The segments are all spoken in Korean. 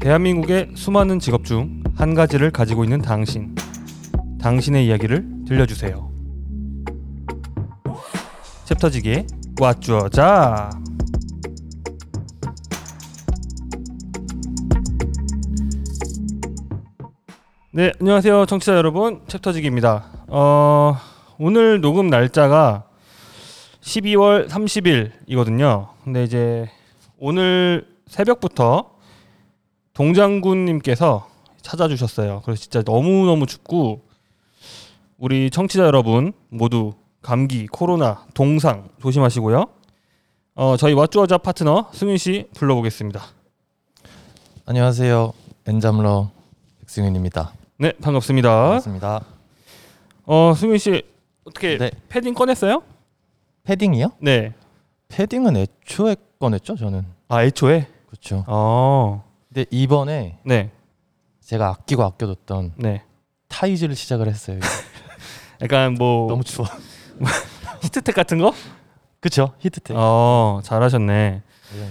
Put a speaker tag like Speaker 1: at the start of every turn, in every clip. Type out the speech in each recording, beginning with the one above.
Speaker 1: 대한민국의 수많은 직업 중 한 가지를 가지고 있는 당신. 당신의 이야기를 들려주세요. 챕터지기의 왓쭈어자 네, 안녕하세요 청취자 여러분. 챕터지기입니다. 어, 오늘 녹음 날짜가 12월 30일이거든요. 근데 이제 오늘 새벽부터 동장군님께서 찾아주셨어요. 그래서 진짜 너무너무 춥고 우리 청취자 여러분 모두 감기, 코로나, 동상 조심하시고요. 어, 저희 왓쭈어자 파트너 승윤 씨 불러보겠습니다.
Speaker 2: 안녕하세요. 엔잠러 백승윤입니다.
Speaker 1: 네, 반갑습니다.
Speaker 2: 반갑습니다.
Speaker 1: 어, 승윤 씨 어떻게
Speaker 2: 네.
Speaker 1: 패딩 꺼냈어요?
Speaker 2: 패딩이요?
Speaker 1: 네.
Speaker 2: 패딩은 애초에 꺼냈죠, 저는.
Speaker 1: 아, 애초에?
Speaker 2: 그렇죠.
Speaker 1: 어.
Speaker 2: 근데 이번에
Speaker 1: 네.
Speaker 2: 제가 아끼고 아껴뒀던
Speaker 1: 네.
Speaker 2: 타이즈를 시작을 했어요.
Speaker 1: 약간 뭐
Speaker 2: 너무 추워.
Speaker 1: 히트텍 같은 거?
Speaker 2: 그렇죠. 히트텍.
Speaker 1: 어, 잘하셨네.
Speaker 2: 네.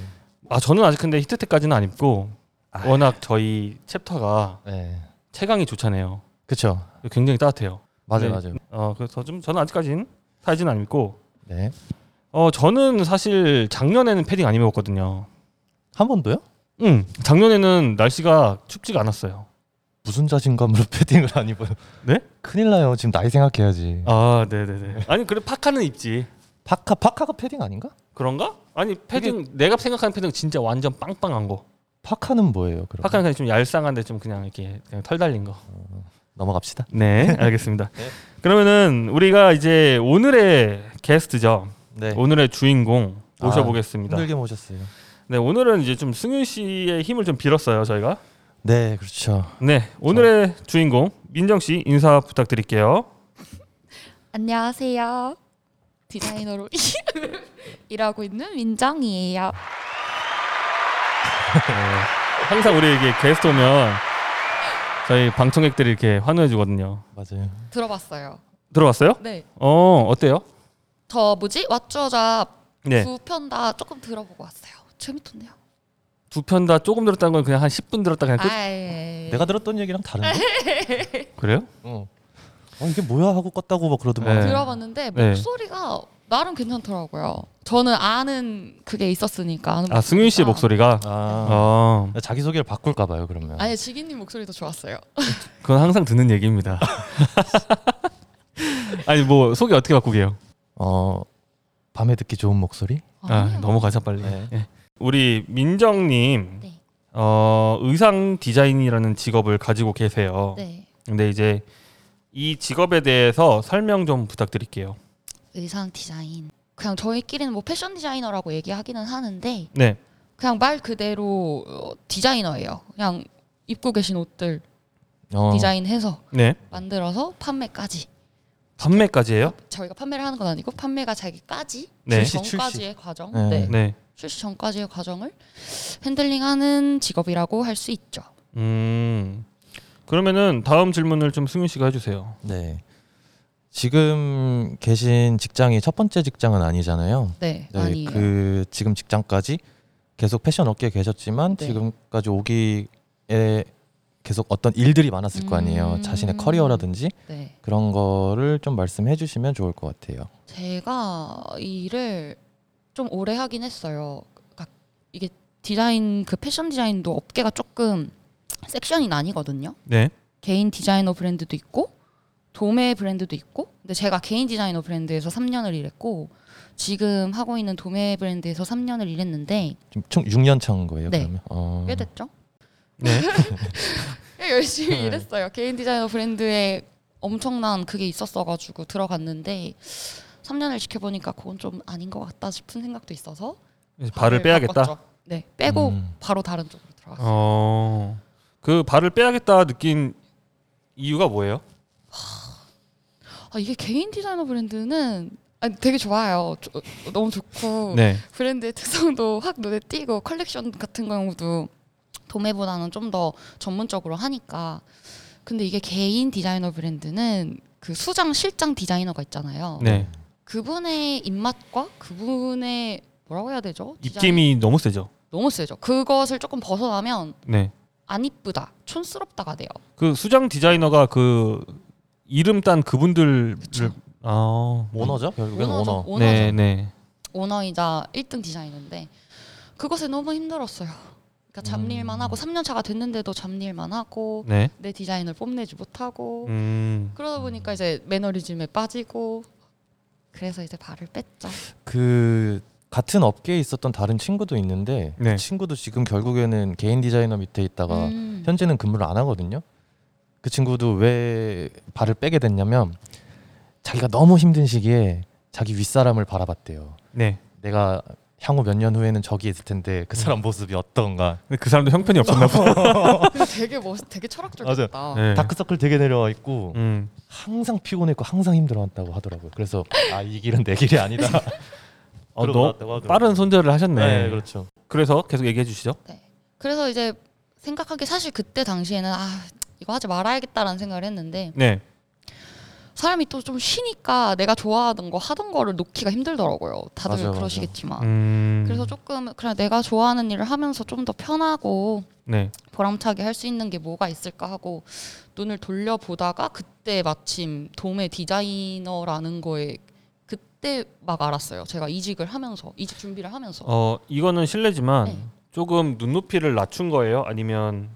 Speaker 1: 아, 저는 아직 근데 히트텍까지는 안 입고 워낙 저희 챕터가
Speaker 2: 네.
Speaker 1: 체감이 좋잖아요.
Speaker 2: 그렇죠.
Speaker 1: 굉장히 따뜻해요. 네.
Speaker 2: 맞아요, 맞아요.
Speaker 1: 어 그래서 좀 저는 아직까지는 사이즈는 안 입고
Speaker 2: 네.
Speaker 1: 어 저는 사실 작년에는 패딩 안 입었거든요.
Speaker 2: 한 번도요?
Speaker 1: 응 작년에는 날씨가 춥지가 않았어요.
Speaker 2: 무슨 자신감으로 패딩을 안 입어요?
Speaker 1: 네?
Speaker 2: 큰일 나요. 지금 나이 생각해야지.
Speaker 1: 아 네네네. 아니 그래 파카는 입지.
Speaker 2: 파카 파카가 패딩 아닌가?
Speaker 1: 그런가? 아니 패딩 내가 생각하는 패딩 진짜 완전 빵빵한 거.
Speaker 2: 파카는 뭐예요, 그럼?
Speaker 1: 파카는 그냥 좀 얄쌍한데 좀 그냥 이렇게 그냥 털 달린 거.
Speaker 2: 넘어갑시다.
Speaker 1: 네 알겠습니다.
Speaker 2: 네.
Speaker 1: 그러면은 우리가 이제 오늘의 게스트죠.
Speaker 2: 네.
Speaker 1: 오늘의 주인공
Speaker 2: 아,
Speaker 1: 모셔보겠습니다.
Speaker 2: 힘들게 모셨어요.
Speaker 1: 네 오늘은 이제 좀 승윤 씨의 힘을 좀 빌었어요 저희가.
Speaker 2: 네, 그렇죠.
Speaker 1: 네 오늘의 주인공 민정 씨 인사 부탁드릴게요.
Speaker 3: 안녕하세요. 디자이너로 일하고 있는 민정이에요.
Speaker 1: 네, 항상 우리 이게 게스트 오면 저희 방청객들이 이렇게 환호해 주거든요.
Speaker 2: 맞아요.
Speaker 3: 들어봤어요.
Speaker 1: 들어왔어요?
Speaker 3: 네.
Speaker 1: 어 어때요?
Speaker 3: 저 뭐지? 왓쭈어자
Speaker 1: 네
Speaker 3: 두 편 다 조금 들어보고 왔어요. 재밌던데요.
Speaker 1: 두 편 다 조금 들었다는 건 그냥 한 10분 들었다가 네, 그냥 끝.
Speaker 3: 아예.
Speaker 2: 내가 들었던 얘기랑 다른데?
Speaker 3: 아.
Speaker 1: 그래요?
Speaker 2: 어. 어 이게 뭐야 하고 껐다고 막 그러더만.
Speaker 1: 네.
Speaker 3: 들어봤는데
Speaker 1: 네.
Speaker 3: 목소리가 나름 괜찮더라고요. 저는 아는 그게 있었으니까. 아는
Speaker 1: 아 승윤 씨의 목소리가.
Speaker 2: 아.
Speaker 1: 어
Speaker 2: 자기 소개를 바꿀까 봐요, 그러면.
Speaker 3: 아니 지기님 목소리도 좋았어요.
Speaker 1: 그건 항상 듣는 얘기입니다. 아니 뭐 소개 어떻게 바꾸게요?
Speaker 2: 어. 밤에 듣기 좋은 목소리?
Speaker 1: 아
Speaker 3: 아니요.
Speaker 1: 넘어가자 빨리.
Speaker 2: 네.
Speaker 1: 예. 우리 민정님
Speaker 3: 네.
Speaker 1: 어, 의상 디자인이라는 직업을 가지고 계세요.
Speaker 3: 네.
Speaker 1: 근데 이제 이 직업에 대해서 설명 좀 부탁드릴게요.
Speaker 3: 의상 디자인. 그냥 저희끼리는 뭐 패션 디자이너라고 얘기하기는 하는데
Speaker 1: 네.
Speaker 3: 그냥 말 그대로 어, 디자이너예요. 그냥 입고 계신 옷들
Speaker 2: 어.
Speaker 3: 디자인해서
Speaker 1: 네.
Speaker 3: 만들어서 판매까지.
Speaker 1: 판매까지예요?
Speaker 3: 저희가 판매를 하는 건 아니고 판매가 자기까지
Speaker 1: 네.
Speaker 2: 출시, 출시.
Speaker 3: 전까지의 과정,
Speaker 2: 네.
Speaker 3: 네.
Speaker 1: 네.
Speaker 3: 출시 전까지의 과정을 핸들링하는 직업이라고 할 수 있죠.
Speaker 1: 음. 그러면은 다음 질문을 좀 승윤 씨가 해 주세요.
Speaker 2: 네. 지금 계신 직장이 첫 번째 직장은 아니잖아요.
Speaker 3: 네,
Speaker 2: 네,
Speaker 3: 아니에요.
Speaker 2: 그 지금 직장까지 계속 패션 업계에 계셨지만
Speaker 3: 네.
Speaker 2: 지금까지 오기에 계속 어떤 일들이 많았을 거 아니에요.
Speaker 3: 음.
Speaker 2: 자신의 커리어라든지
Speaker 3: 네,
Speaker 2: 그런 거를 좀 말씀해 주시면 좋을 것 같아요.
Speaker 3: 제가 이 일을 좀 오래 하긴 했어요. 그러니까 이게 디자인 그 패션 디자인도 업계가 조금 섹션이 나뉘거든요.
Speaker 1: 네.
Speaker 3: 개인 디자이너 브랜드도 있고 도매 브랜드도 있고 근데 제가 개인 디자이너 브랜드에서 3년을 일했고 지금 하고 있는 도매 브랜드에서 3년을 일했는데
Speaker 2: 지금 총 6년 차인 거예요,
Speaker 3: 네.
Speaker 2: 그러면? 어.
Speaker 1: 음.
Speaker 3: 꽤 됐죠?
Speaker 1: 네.
Speaker 3: 꽤 열심히
Speaker 2: 네.
Speaker 3: 일했어요. 개인 디자이너 브랜드에 엄청난 그게 있었어가지고 들어갔는데 3년을 지켜보니까 그건 좀 아닌 것 같다 싶은 생각도 있어서 네,
Speaker 1: 이제 발을 빼야겠다.
Speaker 3: 바꿨죠. 네, 빼고
Speaker 2: 음.
Speaker 3: 바로 다른 쪽으로 들어갔어요.
Speaker 1: 어. 그 발을 빼야겠다 느낀 이유가 뭐예요? 어.
Speaker 3: 아, 이게 개인 디자이너 브랜드는 아, 되게 좋아요. 조- 너무 좋고
Speaker 1: 네.
Speaker 3: 브랜드의 특성도 확 눈에 띄고 컬렉션 같은 경우도 도매보다는 좀 더 전문적으로 하니까 근데 이게 개인 디자이너 브랜드는 그 수장 실장 디자이너가 있잖아요
Speaker 1: 네.
Speaker 3: 그분의 입맛과 그분의 뭐라고 해야 되죠 디자인-
Speaker 1: 입김이 너무 세죠.
Speaker 3: 너무 세죠 그것을 조금 벗어나면
Speaker 1: 네.
Speaker 3: 안 이쁘다, 촌스럽다가 돼요.
Speaker 1: 그 수장 디자이너가 그 이름 딴 그분들
Speaker 3: 그쵸.
Speaker 1: 아
Speaker 2: 오너죠?
Speaker 3: 음.
Speaker 2: 결국엔
Speaker 3: 오너죠,
Speaker 2: 오너.
Speaker 3: 오너죠.
Speaker 1: 네네
Speaker 3: 오너이자 1등 디자이너인데 그것에 너무 힘들었어요. 그러니까 잡일만
Speaker 2: 음.
Speaker 3: 하고 3년 차가 됐는데도 잡일만 하고
Speaker 1: 네.
Speaker 3: 내 디자인을 뽐내지 못하고
Speaker 1: 음.
Speaker 3: 그러다 보니까 이제 매너리즘에 빠지고 그래서 이제 발을 뺐죠.
Speaker 2: 그 같은 업계에 있었던 다른 친구도 있는데
Speaker 1: 네.
Speaker 2: 그 친구도 지금 결국에는 개인 디자이너 밑에 있다가
Speaker 3: 음.
Speaker 2: 현재는 근무를 안 하거든요. 그 친구도 왜 발을 빼게 됐냐면 자기가 너무 힘든 시기에 자기 윗사람을 바라봤대요.
Speaker 1: 네.
Speaker 2: 내가 향후 몇 년 후에는 저기 있을 텐데
Speaker 1: 음.
Speaker 2: 그 사람 모습이 어떤가.
Speaker 1: 근데 그 사람도 형편이 없었나 보다.
Speaker 3: 근데 되게 멋, 되게 철학적이었다.
Speaker 1: 네.
Speaker 2: 다크서클 되게 내려와 있고
Speaker 1: 음.
Speaker 2: 항상 피곤했고 항상 힘들어한다고 하더라고요. 그래서 아 이 길은 내 길이 아니다.
Speaker 1: 어,
Speaker 2: 그러고
Speaker 1: 너
Speaker 2: 나왔다고 하더라고요.
Speaker 1: 빠른 손절을 하셨네.
Speaker 2: 네, 그렇죠.
Speaker 1: 그래서 계속 얘기해 주시죠.
Speaker 3: 그래서 이제 생각하기 사실 그때 당시에는 아 이거 하지 말아야겠다라는 생각을 했는데
Speaker 1: 네.
Speaker 3: 사람이 또 좀 쉬니까 내가 좋아하던 거 하던 거를 놓기가 힘들더라고요. 다들
Speaker 2: 맞아요, 맞아요.
Speaker 3: 그러시겠지만.
Speaker 1: 음.
Speaker 3: 그래서 조금 그냥 내가 좋아하는 일을 하면서 좀 더 편하고
Speaker 1: 네.
Speaker 3: 보람차게 할 수 있는 게 뭐가 있을까 하고 눈을 돌려보다가 그때 마침 도매 디자이너라는 거에 그때 막 알았어요. 제가 이직을 하면서 이직 준비를 하면서
Speaker 1: 어 이거는 실례지만
Speaker 3: 네.
Speaker 1: 조금 눈높이를 낮춘 거예요? 아니면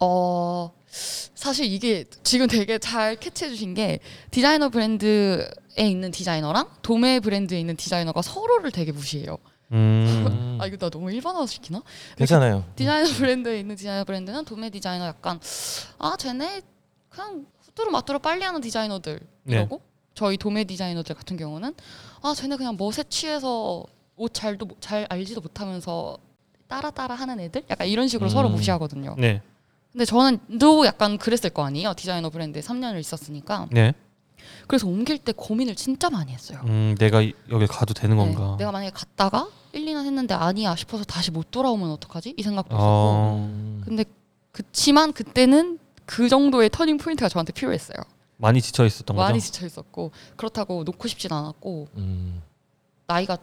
Speaker 3: 어 사실 이게 지금 되게 잘 캐치해 주신 게 디자이너 브랜드에 있는 디자이너랑 도매 브랜드에 있는 디자이너가 서로를 되게 무시해요.
Speaker 1: 음.
Speaker 3: 아 이거 나 너무 일반화 시키나?
Speaker 2: 괜찮아요.
Speaker 3: 디자이너 브랜드에 있는 디자이너 브랜드는 도매 디자이너 약간 아 쟤네 그냥 후뚜루 마뚜루 빨리 하는 디자이너들
Speaker 1: 네.
Speaker 3: 이러고 저희 도매 디자이너들 같은 경우는 아 쟤네 그냥 멋에 취해서 옷 잘도 못- 잘 알지도 못하면서 따라 따라 하는 애들 약간 이런
Speaker 2: 음.
Speaker 3: 식으로 서로 무시하거든요.
Speaker 1: 네.
Speaker 3: 근데 저는 또 약간 그랬을 거 아니에요. 디자이너 브랜드에 3년을 있었으니까
Speaker 1: 네.
Speaker 3: 그래서 옮길 때 고민을 진짜 많이 했어요.
Speaker 1: 음, 내가 이- 여기 가도 되는
Speaker 3: 네,
Speaker 1: 건가?
Speaker 3: 내가 만약에 갔다가 1, 2년 했는데 아니야 싶어서 다시 못 돌아오면 어떡하지? 이 생각도 있었고
Speaker 1: 어,
Speaker 3: 근데 그치만 그때는 그 정도의 터닝 포인트가 저한테 필요했어요.
Speaker 1: 많이 지쳐 있었던 거죠?
Speaker 3: 많이 지쳐 있었고 그렇다고 놓고 싶진 않았고
Speaker 2: 음.
Speaker 3: 나이가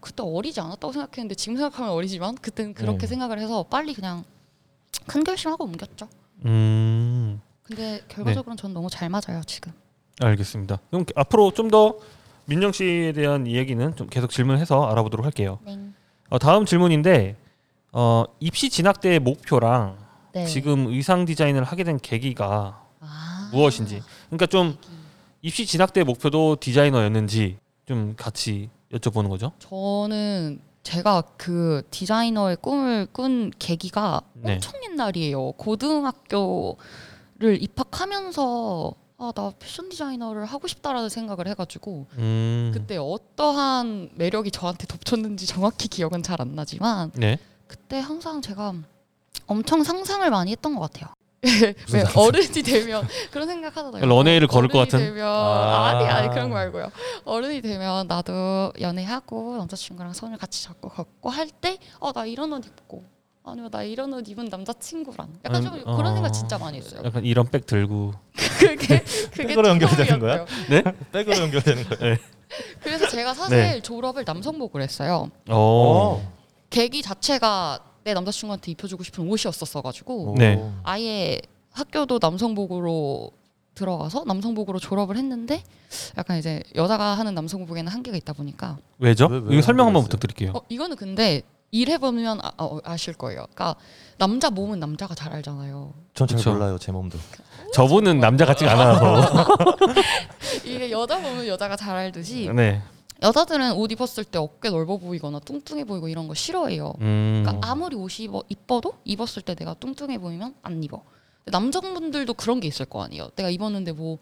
Speaker 3: 그때 어리지 않았다고 생각했는데 지금 생각하면 어리지만 그때는 그렇게
Speaker 2: 네.
Speaker 3: 생각을 해서 빨리 그냥 큰 결심하고 옮겼죠.
Speaker 1: 음.
Speaker 3: 근데 결과적으로는 전 너무 잘 맞아요 지금.
Speaker 1: 알겠습니다. 그럼 앞으로 좀 더 민정 씨에 대한 이야기는 좀 계속 질문해서 알아보도록 할게요. 어, 다음 질문인데 어, 입시 진학 때의 목표랑
Speaker 3: 네.
Speaker 1: 지금 의상 디자인을 하게 된 계기가
Speaker 3: 아.
Speaker 1: 무엇인지. 그러니까 좀 입시 진학 때의 목표도 디자이너였는지 좀 같이 여쭤보는 거죠.
Speaker 3: 저는 제가 그 디자이너의 꿈을 꾼 계기가
Speaker 1: 네.
Speaker 3: 엄청 옛날이에요. 고등학교를 입학하면서 아, 나 패션 디자이너를 하고 싶다라는 생각을 해가지고
Speaker 1: 음.
Speaker 3: 그때 어떠한 매력이 저한테 덮쳤는지 정확히 기억은 잘 안 나지만
Speaker 1: 네.
Speaker 3: 그때 항상 제가 엄청 상상을 많이 했던 것 같아요.
Speaker 2: 무슨
Speaker 3: 왜
Speaker 2: 상상? 그러니까
Speaker 3: 어른이 되면 그런 생각 하잖아요.
Speaker 1: 런웨이를 걸을 것 같은?
Speaker 3: 어른이 되면
Speaker 2: 아.
Speaker 3: 아. 니 아니 그런 거 말고요. 어른이 되면 나도 연애하고 남자친구랑 손을 같이 잡고 걷고 할 때 어 나 이런 옷 입고 아니면 나 이런 옷 입은 남자친구랑 약간 좀
Speaker 1: 음, 어.
Speaker 3: 그런 생각 진짜 많이 했어요.
Speaker 1: 약간 이런 백 들고
Speaker 3: 그게 그게
Speaker 2: 그거로 연결되는 거야?
Speaker 3: 처음이었고요.
Speaker 2: 백으로 연결되는 거예요.
Speaker 3: 그래서 제가 사실
Speaker 1: 네.
Speaker 3: 졸업을 남성복을 했어요.
Speaker 1: 어.
Speaker 3: 계기 자체가 내 남자친구한테 입혀주고 싶은 옷이었었어 가지고
Speaker 1: 네.
Speaker 3: 아예 학교도 남성복으로 들어가서 남성복으로 졸업을 했는데 약간 이제 여자가 하는 남성복에는 한계가 있다 보니까
Speaker 1: 왜죠?
Speaker 2: 왜, 왜
Speaker 1: 이거 설명 한번
Speaker 2: 모르겠어요.
Speaker 1: 부탁드릴게요.
Speaker 3: 어 이거는 근데 일해보면 아, 어, 아실 거예요. 그러니까 남자 몸은 남자가 잘 알잖아요.
Speaker 2: 전 잘
Speaker 1: 그쵸.
Speaker 2: 몰라요 제 몸도.
Speaker 3: 어,
Speaker 1: 저분은 남자 같지가 않아서.
Speaker 3: 이게 여자 몸은 여자가 잘 알듯이
Speaker 1: 네.
Speaker 3: 여자들은 옷 입었을 때 어깨 넓어 보이거나 뚱뚱해 보이고 이런 거 싫어해요.
Speaker 1: 음.
Speaker 3: 그러니까 아무리 옷이 입어, 이뻐도 입었을 때 내가 뚱뚱해 보이면 안 입어. 근데 남성분들도 그런 게 있을 거 아니에요. 내가 입었는데 뭐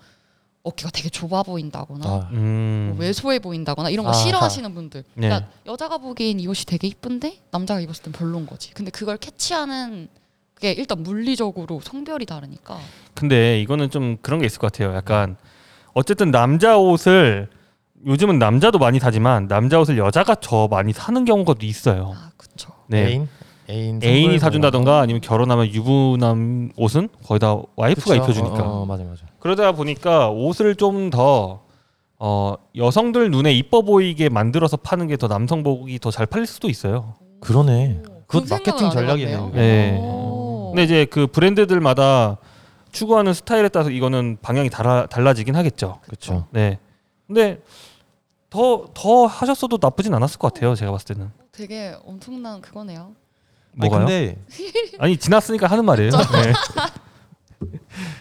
Speaker 3: 어깨가 되게 좁아 보인다거나
Speaker 2: 아,
Speaker 1: 음.
Speaker 3: 뭐 왜소해 보인다거나 이런 거
Speaker 2: 아하.
Speaker 3: 싫어하시는 분들.
Speaker 1: 네.
Speaker 3: 그러니까 여자가 보기엔 이 옷이 되게 이쁜데 남자가 입었을 땐 별론 거지. 근데 그걸 캐치하는 그게 일단 물리적으로 성별이 다르니까.
Speaker 2: 어.
Speaker 1: 근데 이거는 좀 그런 게 있을 것 같아요. 약간 어쨌든 남자 옷을 요즘은 남자도 많이 사지만 남자 옷을 여자가 더 많이 사는 경우가 또 있어요.
Speaker 3: 아 그쵸.
Speaker 1: 네.
Speaker 2: 애인 애인
Speaker 1: 애인, 이
Speaker 2: 선물 뭐.
Speaker 1: 사준다던가 아니면 결혼하면 유부남 옷은 거의 다
Speaker 2: 그쵸?
Speaker 1: 와이프가 입혀주니까
Speaker 2: 어, 어, 맞아 맞아.
Speaker 1: 그러다 보니까 옷을 좀 더 어, 여성들 눈에 이뻐 보이게 만들어서 파는 게 더 남성복이 더 잘 팔릴 수도 있어요.
Speaker 2: 그러네.
Speaker 3: 그건
Speaker 2: 그것
Speaker 3: 생각은
Speaker 2: 마케팅
Speaker 3: 안 해봤네요.
Speaker 2: 전략이네요. 어.
Speaker 1: 네.
Speaker 3: 오.
Speaker 1: 근데 이제 그 브랜드들마다 추구하는 스타일에 따라서 이거는 방향이 달라, 달라지긴 하겠죠.
Speaker 2: 그렇죠.
Speaker 1: 네. 근데 더 더 하셨어도 나쁘진 않았을 것 같아요. 제가 봤을 때는.
Speaker 3: 되게 엄청난 그거네요.
Speaker 1: 뭐가요? 아니,
Speaker 2: 근데
Speaker 1: 지났으니까 하는 말이에요. 네.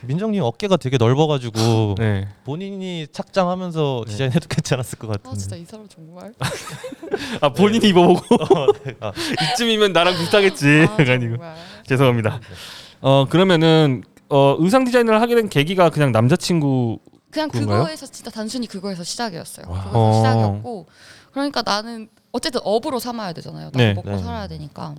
Speaker 2: 민정님 어깨가 되게 넓어가지고
Speaker 1: 네. 네.
Speaker 2: 본인이 착장하면서
Speaker 1: 네.
Speaker 2: 디자인해도 괜찮았을 것 같은데.
Speaker 3: 아 진짜 이 사람 정말.
Speaker 1: 아 본인이 입어보고
Speaker 2: 어, 네. 아,
Speaker 1: 이쯤이면 나랑 비슷하겠지. 네,
Speaker 3: 아,
Speaker 1: 그래가지고
Speaker 3: 정말.
Speaker 1: 죄송합니다. 어 그러면은 어 의상 디자인을 하게 된 계기가 그냥 남자친구
Speaker 3: 그냥 그
Speaker 1: 그건가요?
Speaker 3: 거에서 진짜 단순히 그거에서 시작이었어요.
Speaker 2: 와.
Speaker 3: 그거에서
Speaker 1: 어.
Speaker 3: 시작이었고 그러니까 나는 어쨌든 업으로 삼아야 되잖아요. 나도
Speaker 1: 네.
Speaker 3: 먹고
Speaker 2: 네.
Speaker 3: 살아야 되니까.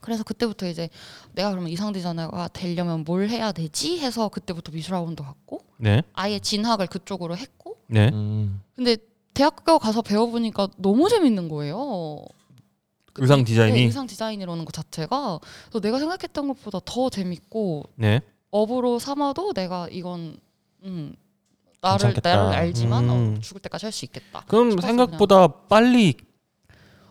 Speaker 3: 그래서 그때부터 이제 내가 그러면 이상 디자이너가 되려면 뭘 해야 되지 해서 그때부터 미술학원도 갔고
Speaker 1: 네.
Speaker 3: 아예 진학을 그쪽으로 했고
Speaker 1: 네.
Speaker 2: 음,
Speaker 3: 근데 대학교 가서 배워보니까 너무 재밌는 거예요. 그
Speaker 1: 의상 디자인이?
Speaker 3: 네, 의상 디자인이라는 것 자체가 그래서 내가 생각했던 것보다 더 재밌고
Speaker 1: 네.
Speaker 3: 업으로 삼아도 내가 이건 음, 나를
Speaker 2: 괜찮겠다.
Speaker 3: 나를 알지만
Speaker 1: 음.
Speaker 3: 어, 죽을 때까지 할 수 있겠다.
Speaker 1: 그럼
Speaker 3: 싶어서
Speaker 1: 생각보다 빨리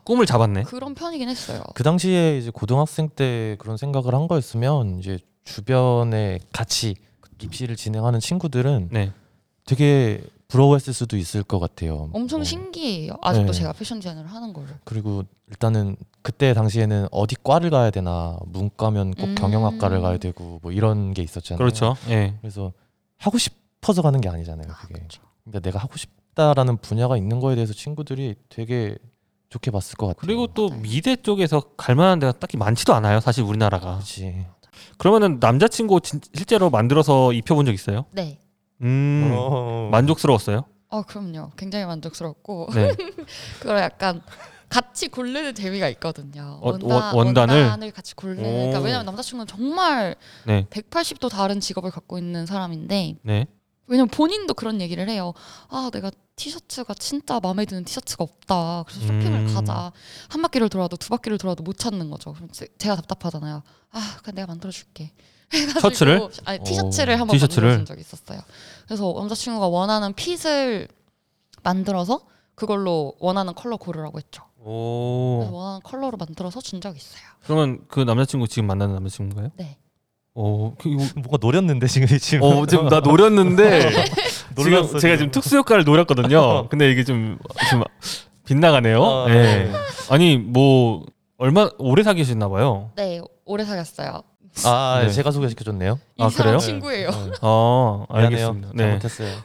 Speaker 1: 꿈을 잡았네.
Speaker 3: 그냥 그런 편이긴 했어요.
Speaker 2: 그 당시에 이제 고등학생 때 그런 생각을 한 거였으면 이제 주변에 같이 입시를 진행하는 친구들은
Speaker 1: 네.
Speaker 2: 되게 부러워했을 수도 있을 것 같아요.
Speaker 3: 엄청
Speaker 2: 뭐,
Speaker 3: 신기해요. 아직도
Speaker 2: 네.
Speaker 3: 제가 패션 디자인을 하는 거를.
Speaker 2: 그리고 일단은 그때 당시에는 어디 과를 가야 되나 문과면 꼭
Speaker 3: 음.
Speaker 2: 경영학과를 가야 되고 뭐 이런 게
Speaker 3: 어.
Speaker 2: 있었잖아요.
Speaker 1: 그렇죠. 예.
Speaker 2: 그래서 하고 싶어서 가는 게 아니잖아요.
Speaker 3: 아,
Speaker 2: 그게.
Speaker 3: 그쵸.
Speaker 2: 근데 내가 하고 싶다라는 분야가 있는 거에 대해서 친구들이 되게 좋게 봤을 것 같아요.
Speaker 1: 그리고 또
Speaker 3: 맞아요.
Speaker 1: 미대 쪽에서 갈 만한 데가 딱히 많지도 않아요. 사실 우리나라가.
Speaker 2: 그렇지.
Speaker 1: 그러면은 남자친구 진, 실제로 만들어서 입혀본 적 있어요?
Speaker 3: 네.
Speaker 1: 음. 만족스러웠어요?
Speaker 3: 어 그럼요. 굉장히 만족스럽고
Speaker 1: 네.
Speaker 3: 그걸 약간 같이 고르는 재미가 있거든요.
Speaker 1: 어,
Speaker 3: 원단,
Speaker 1: 원- 원단을?
Speaker 3: 같이 고르는. 그러니까
Speaker 1: 오.
Speaker 3: 왜냐면 남자친구는 정말
Speaker 1: 네.
Speaker 3: 180도 다른 직업을 갖고 있는 사람인데
Speaker 1: 네.
Speaker 3: 왜냐면 본인도 그런 얘기를 해요. 아 내가 티셔츠가 진짜 마음에 드는 티셔츠가 없다. 그래서 쇼핑을
Speaker 1: 음.
Speaker 3: 가자. 한 바퀴를 돌아도 두 바퀴를 돌아도 못 찾는 거죠. 그럼 제, 가 답답하잖아요. 아 그냥 내가 만들어줄게. 해가지고-
Speaker 1: 셔츠를? 어,
Speaker 3: 아니 티셔츠를
Speaker 2: 오,
Speaker 3: 한번
Speaker 1: 티셔츠를?
Speaker 3: 만들어준 적이 있었어요. 그래서 남자친구가 원하는 핏을 만들어서 그걸로 원하는 컬러 고르라고 했죠. 그래서
Speaker 1: 오.
Speaker 3: 원하는 컬러로 만들어서 준 적이 있어요.
Speaker 1: 그러면 그 남자친구 지금 만나는 남자친구인가요?
Speaker 3: 네.
Speaker 1: 오. 그, 이거-
Speaker 2: 뭔가 노렸는데 지금 이 친구.
Speaker 1: 어, 지금 나 노렸는데 지금
Speaker 2: 놀랐어,
Speaker 1: 제가 지금 특수 효과를 노렸거든요. 근데 이게 좀 지금 빗나가네요.
Speaker 2: 아,
Speaker 1: 네.
Speaker 2: 네.
Speaker 1: 아니 뭐 얼마 오래 사귀셨나 봐요.
Speaker 3: 네 오래 사귀었어요.
Speaker 2: 아
Speaker 1: 네.
Speaker 2: 제가 소개시켜줬네요. 네.
Speaker 3: 이
Speaker 1: 아,
Speaker 3: 사람
Speaker 1: 그래요?
Speaker 3: 친구예요.
Speaker 1: 아,
Speaker 2: 미안해요.
Speaker 1: 알겠습니다. 네.
Speaker 2: 잘못했어요.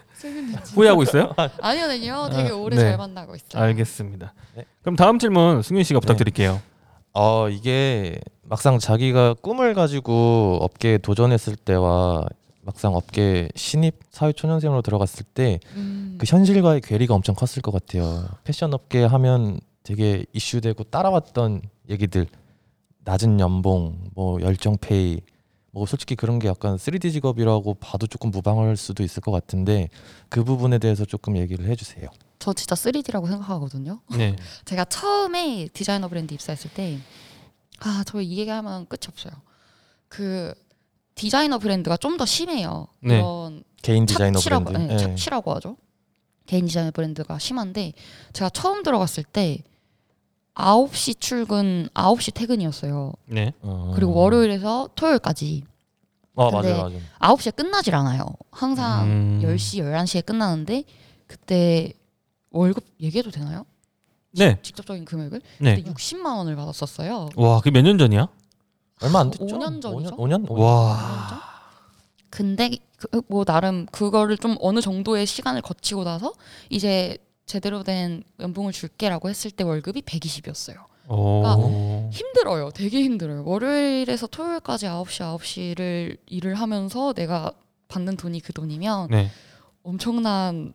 Speaker 1: 후회하고 있어요?
Speaker 3: 아니요, 아니요. 되게
Speaker 1: 아,
Speaker 3: 오래
Speaker 1: 네.
Speaker 3: 잘 만나고 있어요.
Speaker 1: 알겠습니다.
Speaker 2: 네.
Speaker 1: 그럼 다음 질문 승윤 씨가 부탁드릴게요.
Speaker 2: 어 이게 막상 자기가 꿈을 가지고 업계에 도전했을 때와 막상 업계 신입 사회 초년생으로 들어갔을 때 그
Speaker 3: 음.
Speaker 2: 현실과의 괴리가 엄청 컸을 것 같아요. 패션 업계 하면 되게 이슈되고 따라왔던 얘기들 낮은 연봉, 뭐 열정 페이, 뭐 솔직히 그런 게 약간 3D 직업이라고 봐도 조금 무방할 수도 있을 것 같은데 그 부분에 대해서 조금 얘기를 해주세요.
Speaker 3: 저 진짜 3D라고 생각하거든요.
Speaker 1: 네.
Speaker 3: 제가 처음에 디자이너 브랜드 입사했을 때, 아, 저 이 얘기하면 끝이 없어요. 그 디자이너 브랜드가 좀 더 심해요.
Speaker 1: 네.
Speaker 3: 그런
Speaker 2: 개인 디자이너
Speaker 3: 착취라고,
Speaker 2: 브랜드.
Speaker 3: 네,
Speaker 2: 예.
Speaker 3: 착취라고 하죠. 개인 디자이너 브랜드가 심한데, 제가 처음 들어갔을 때 9시 출근, 9시 퇴근이었어요.
Speaker 1: 네.
Speaker 2: 어.
Speaker 3: 그리고 월요일에서 토요일까지.
Speaker 2: 아
Speaker 3: 근데
Speaker 2: 맞아요, 맞아요.
Speaker 3: 9시에 끝나질 않아요. 항상
Speaker 1: 음.
Speaker 3: 10시, 11시에 끝나는데 그때 월급 얘기해도 되나요?
Speaker 1: 네.
Speaker 3: 직접적인 금액을?
Speaker 1: 네.
Speaker 3: 그때 60만 원을 받았었어요.
Speaker 1: 와, 그게 몇 년 전이야?
Speaker 2: 얼마 안 됐죠?
Speaker 3: 5년 전이죠?
Speaker 2: 5년? 어, 5년?
Speaker 1: 와.
Speaker 3: 근데 그, 뭐 나름 그거를 좀 어느 정도의 시간을 거치고 나서 이제 제대로 된 연봉을 줄게라고 했을 때 월급이 120이었어요. 아.
Speaker 1: 오.
Speaker 3: 힘들어요. 되게 힘들어요. 월요일에서 토요일까지 9시, 9시를 일을 하면서 내가 받는 돈이 그 돈이면
Speaker 1: 네.
Speaker 3: 엄청난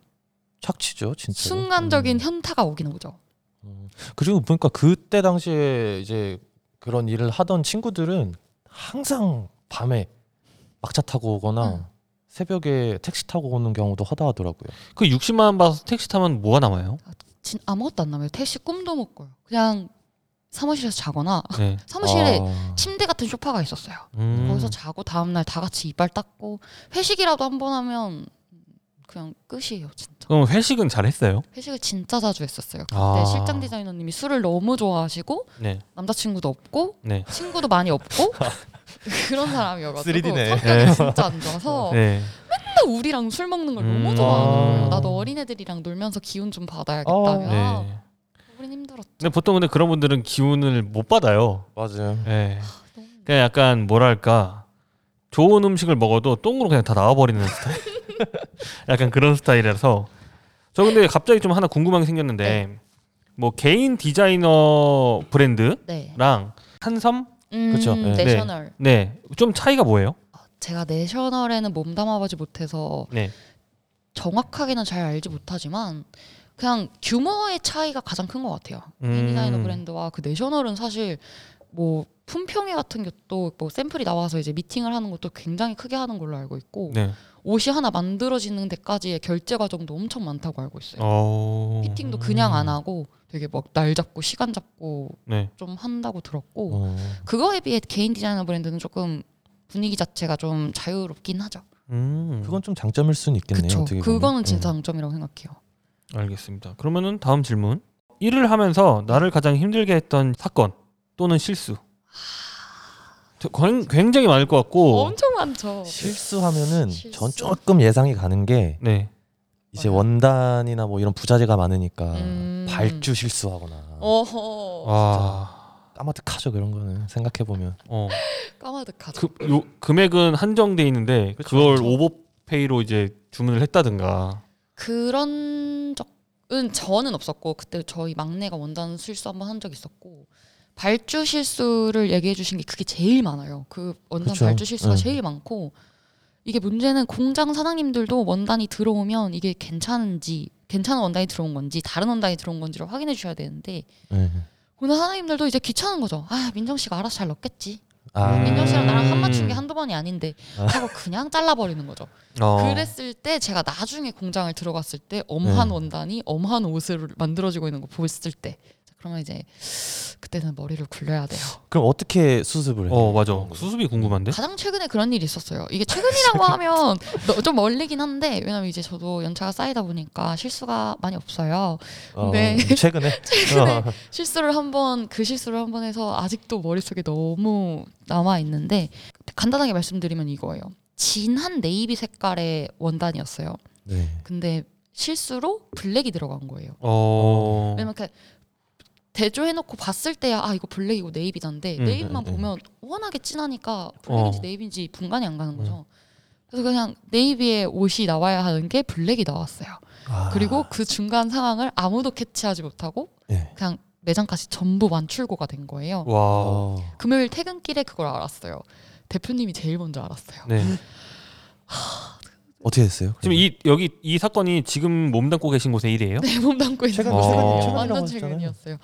Speaker 2: 착취죠, 진짜.
Speaker 1: 그렇죠. 음.
Speaker 3: 순간적인 현타가 오긴 오죠.
Speaker 2: 그리고 보니까 그때 당시에 이제 그런 일을 하던 친구들은 항상 밤에 막차 타고 오거나
Speaker 3: 음.
Speaker 2: 새벽에 택시 타고 오는 경우도 허다하더라고요.
Speaker 1: 그 60만 원 받아서 택시 타면 뭐가 남아요?
Speaker 3: 진 아무것도 안 남아요. 택시 꿈도 못 꿔요. 그냥 사무실에서 자거나
Speaker 1: 네.
Speaker 3: 사무실에
Speaker 2: 아.
Speaker 3: 침대 같은 소파가 있었어요.
Speaker 1: 음.
Speaker 3: 거기서 자고 다음 날 다 같이 이빨 닦고 회식이라도 한 번 하면 그냥 끝이에요, 진짜.
Speaker 1: 그럼 회식은 잘 했어요?
Speaker 3: 회식을 진짜 자주 했었어요. 그때
Speaker 1: 아.
Speaker 3: 네, 실장 디자이너님이 술을 너무 좋아하시고
Speaker 1: 네.
Speaker 3: 남자친구도 없고
Speaker 1: 네.
Speaker 3: 친구도 많이 없고 그런 사람이어가지고
Speaker 2: 3D 네.
Speaker 3: 성격이 진짜 안 좋아서
Speaker 1: 네.
Speaker 3: 맨날 우리랑 술 먹는 걸
Speaker 1: 음.
Speaker 3: 너무 좋아하는 거예요.
Speaker 2: 아.
Speaker 3: 나도 어린애들이랑 놀면서 기운 좀 받아야겠다.
Speaker 2: 어.
Speaker 3: 면
Speaker 1: 네.
Speaker 3: 우린 힘들었죠.
Speaker 1: 근데 보통 근데 그런 분들은 기운을 못 받아요.
Speaker 2: 맞아요.
Speaker 1: 네.
Speaker 3: 너무
Speaker 1: 그냥 약간 뭐랄까 좋은 음식을 먹어도 똥으로 그냥 다 나와버리는 스타일. 약간 그런 스타일이라서 저 근데 갑자기 좀 하나 궁금한 게 생겼는데
Speaker 3: 네.
Speaker 1: 뭐 개인 디자이너 브랜드랑
Speaker 3: 네.
Speaker 1: 한섬
Speaker 3: 음,
Speaker 2: 그쵸, 네.
Speaker 3: 내셔널.
Speaker 1: 네좀 차이가 뭐예요?
Speaker 3: 제가 내셔널에는 몸담아보지 못해서
Speaker 1: 네.
Speaker 3: 정확하게는 잘 알지 못하지만 그냥 규모의 차이가 가장 큰 것 같아요.
Speaker 1: 음.
Speaker 3: 개인 디자이너 브랜드와 그 내셔널은 사실 뭐 품평회 같은 것도 뭐 샘플이 나와서 이제 미팅을 하는 것도 굉장히 크게 하는 걸로 알고 있고
Speaker 1: 네.
Speaker 3: 옷이 하나 만들어지는 데까지의 결제 과정도 엄청 많다고 알고 있어요.
Speaker 1: 어.
Speaker 3: 피팅도 그냥 안 하고 되게 막 날 잡고 시간 잡고
Speaker 1: 네.
Speaker 3: 좀 한다고 들었고
Speaker 2: 어.
Speaker 3: 그거에 비해 개인 디자이너 브랜드는 조금 분위기 자체가 좀 자유롭긴 하죠.
Speaker 1: 음.
Speaker 2: 그건 좀 장점일 수는 있겠네요.
Speaker 3: 그쵸.
Speaker 2: 어떻게 보면.
Speaker 3: 그거는 진짜
Speaker 2: 음.
Speaker 3: 장점이라고 생각해요.
Speaker 1: 알겠습니다. 그러면은 다음 질문. 일을 하면서 나를 가장 힘들게 했던 사건 또는 실수. 저- 굉- 굉장히 많을 것 같고.
Speaker 3: 엄청 많죠.
Speaker 2: 어. 실수하면은
Speaker 3: 음. 실수.
Speaker 2: 전 조금 예상이 가는 게
Speaker 1: 네.
Speaker 2: 이제
Speaker 3: 맞아요.
Speaker 2: 원단이나 뭐 이런 부자재가 많으니까
Speaker 3: 음.
Speaker 2: 발주 실수하거나
Speaker 3: 어허
Speaker 1: 아.
Speaker 2: 까마득하죠 그런 거는 생각해 보면
Speaker 1: 어.
Speaker 3: 까마득하죠.
Speaker 1: 그 요, 금액은 한정돼 있는데
Speaker 2: 그쵸,
Speaker 1: 그걸
Speaker 3: 그렇죠, 그쵸.
Speaker 1: 오버페이로 이제 주문을 했다든가.
Speaker 3: 그런 적은 저는 없었고 그때 저희 막내가 원단 실수 한번 한 적 있었고 발주 실수를 얘기해 주신 게 그게 제일 많아요. 그 원단
Speaker 2: 그쵸.
Speaker 3: 발주 실수가
Speaker 2: 네.
Speaker 3: 제일 많고 이게 문제는 공장 사장님들도 원단이 들어오면 이게 괜찮은지 괜찮은 원단이 들어온 건지 다른 원단이 들어온 건지를 확인해 주셔야 되는데
Speaker 2: 예.
Speaker 3: 공장 사장님들도 이제 귀찮은 거죠. 아 민정 씨가 알아서 잘 넣겠지.
Speaker 2: 아,
Speaker 1: 음.
Speaker 3: 민정 씨랑 나랑 한 맞춘 게
Speaker 1: 음.
Speaker 3: 한두 번이 아닌데
Speaker 2: 아.
Speaker 3: 하고 그냥 잘라버리는 거죠.
Speaker 1: 어.
Speaker 3: 아. 그랬을 때 제가 나중에 공장을 들어갔을 때 엄한
Speaker 2: 네.
Speaker 3: 원단이 엄한 옷을 만들어지고 있는 거 보였을 때 그러면 이제 그때는 머리를 굴려야 돼요.
Speaker 2: 그럼 어떻게 수습을 해요?
Speaker 1: 어, 맞아. 수습이 궁금한데.
Speaker 3: 가장 최근에 그런 일이 있었어요. 이게 최근이라고 하면 너- 좀 멀리긴 한데 왜냐면 이제 저도 연차가 쌓이다 보니까 실수가 많이 없어요.
Speaker 2: 어,
Speaker 3: 네.
Speaker 2: 최근에
Speaker 3: 최근에
Speaker 2: 어.
Speaker 3: 실수를 한번 그 실수를 한 번 해서 아직도 머릿속에 너무 남아 있는데 간단하게 말씀드리면 이거예요. 진한 네이비 색깔의 원단이었어요.
Speaker 2: 네.
Speaker 3: 근데 실수로 블랙이 들어간 거예요.
Speaker 1: 어.
Speaker 3: 왜냐면 이렇게 대조해놓고 봤을 때야 아 이거 블랙이고 네이비단데
Speaker 1: 음,
Speaker 2: 음,
Speaker 3: 네이비만
Speaker 2: 음.
Speaker 3: 보면 워낙에 진하니까 블랙인지
Speaker 1: 어.
Speaker 3: 네이비인지 분간이 안 가는 거죠. 그래서 그냥 네이비의 옷이 나와야 하는 게 블랙이 나왔어요.
Speaker 2: 아,
Speaker 3: 그리고 그 중간 상황을 아무도 캐치하지 못하고
Speaker 2: 예.
Speaker 3: 그냥 매장까지 전부 완출고가 된 거예요.
Speaker 1: 와.
Speaker 2: 어.
Speaker 3: 금요일 퇴근길에 그걸 알았어요. 대표님이 제일 먼저 알았어요.
Speaker 1: 네.
Speaker 2: 어떻게 됐어요?
Speaker 1: 지금 이 여기 이 사건이 지금 몸담고 계신 곳의 일이에요?
Speaker 3: 네, 몸 담고 있는
Speaker 2: 아, 최근-
Speaker 3: 거예요.
Speaker 1: 최근-
Speaker 2: 최근이라고
Speaker 3: 완전
Speaker 2: 하셨잖아요.
Speaker 3: 최근이었어요.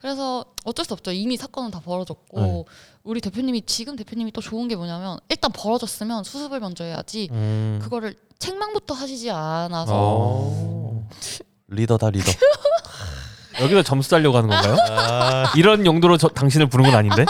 Speaker 3: 그래서 어쩔 수 없죠. 이미 사건은 다 벌어졌고
Speaker 2: 네.
Speaker 3: 우리 대표님이 지금 대표님이 또 좋은 게 뭐냐면 일단 벌어졌으면 수습을 먼저 해야지
Speaker 1: 음.
Speaker 3: 그거를 책망부터 하시지 않아서
Speaker 1: 어.
Speaker 2: 리더다 리더.
Speaker 1: 여기서 점수 달려고 하는 건가요?
Speaker 2: 아,
Speaker 1: 이런 용도로 저, 당신을 부른 건 아닌데.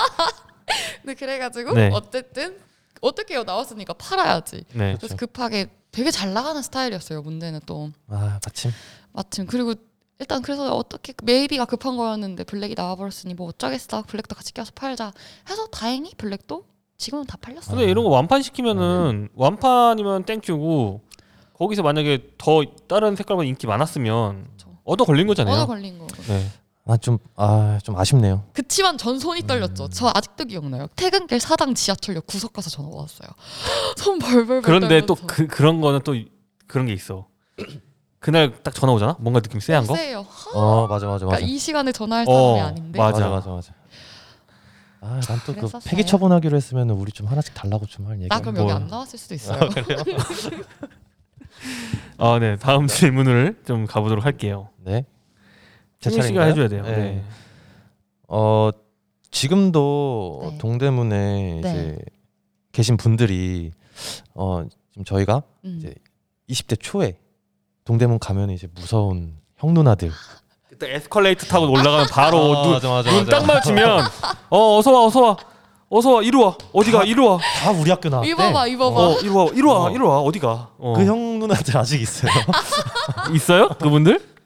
Speaker 3: 근데 그래가지고
Speaker 1: 네.
Speaker 3: 어쨌든 어떻게요 나왔으니까 팔아야지.
Speaker 1: 네.
Speaker 3: 그래서 급하게 되게 잘 나가는 스타일이었어요. 문제는 또
Speaker 2: 아 마침
Speaker 3: 마침 그리고 일단 그래서 어떻게 메이비가 급한 거였는데 블랙이 나와버렸으니 뭐 어쩌겠어 블랙도 같이 껴서 팔자 해서 다행히 블랙도 지금은 다 팔렸어요.
Speaker 2: 아.
Speaker 1: 근데 이런 거 완판
Speaker 2: 네.
Speaker 1: 시키면은 완판이면 땡큐고 거기서 만약에 더 다른 색깔만 인기 많았으면
Speaker 3: 그렇죠.
Speaker 1: 얻어 걸린 거잖아요.
Speaker 3: 언어 걸린 거.
Speaker 1: 네.
Speaker 2: 아좀아좀 아, 좀 아쉽네요.
Speaker 3: 그치만 전 손이 떨렸죠. 저 아직도 기억나요. 퇴근길 사당 지하철역 구석 가서 전화 왔어요. 손 벌벌
Speaker 1: 그런데 또
Speaker 3: 그렇죠.
Speaker 1: 그, 그런 거는 또 그런 게 있어. 그날 딱 전화 오잖아. 뭔가 느낌 쎄한 거.
Speaker 3: 세요.
Speaker 2: 어 맞아 맞아 맞아.
Speaker 3: 그러니까 이 시간에 전화할
Speaker 1: 어,
Speaker 3: 사람이 아닌데.
Speaker 1: 맞-
Speaker 2: 맞아
Speaker 1: 맞아.
Speaker 2: 맞아 맞아. 아 난 또 그
Speaker 3: 그랬었어요?
Speaker 2: 폐기 처분하기로 했으면 우리 좀 하나씩 달라고 좀 할 뭐- 얘기.
Speaker 3: 나 그럼 여기 안 나왔을 수도 있어요.
Speaker 1: 아, 네. 다음 질문을 좀 가보도록 할게요.
Speaker 2: 네. 제
Speaker 1: 채민 씨가
Speaker 2: 차례인가요?
Speaker 1: 해줘야 돼요.
Speaker 2: 네.
Speaker 1: 네.
Speaker 2: 어 지금도
Speaker 3: 네.
Speaker 2: 동대문에
Speaker 3: 네.
Speaker 2: 이제 계신 분들이 어 지금 저희가
Speaker 3: 음.
Speaker 2: 이제 20대 초에 동대문 가면 이제 무서운 형 누나들
Speaker 1: 일단 네. 에스컬레이터 타고 올라가면 바로
Speaker 2: 아, 맞아, 맞아,
Speaker 1: 눈
Speaker 2: 맞아.
Speaker 1: 딱 맞추면 어 어서 와 어서 와 어서 와 이리 와 어디가 이리 와
Speaker 2: 다 우리 학교 나왔대.
Speaker 3: 입어봐 입어봐.
Speaker 1: 어 이리 와 이리 와
Speaker 2: 아, 네. 어.
Speaker 1: 이리 와 어디가 어.
Speaker 2: 그 형 누나들 아직 있어요.
Speaker 1: 있어요 그분들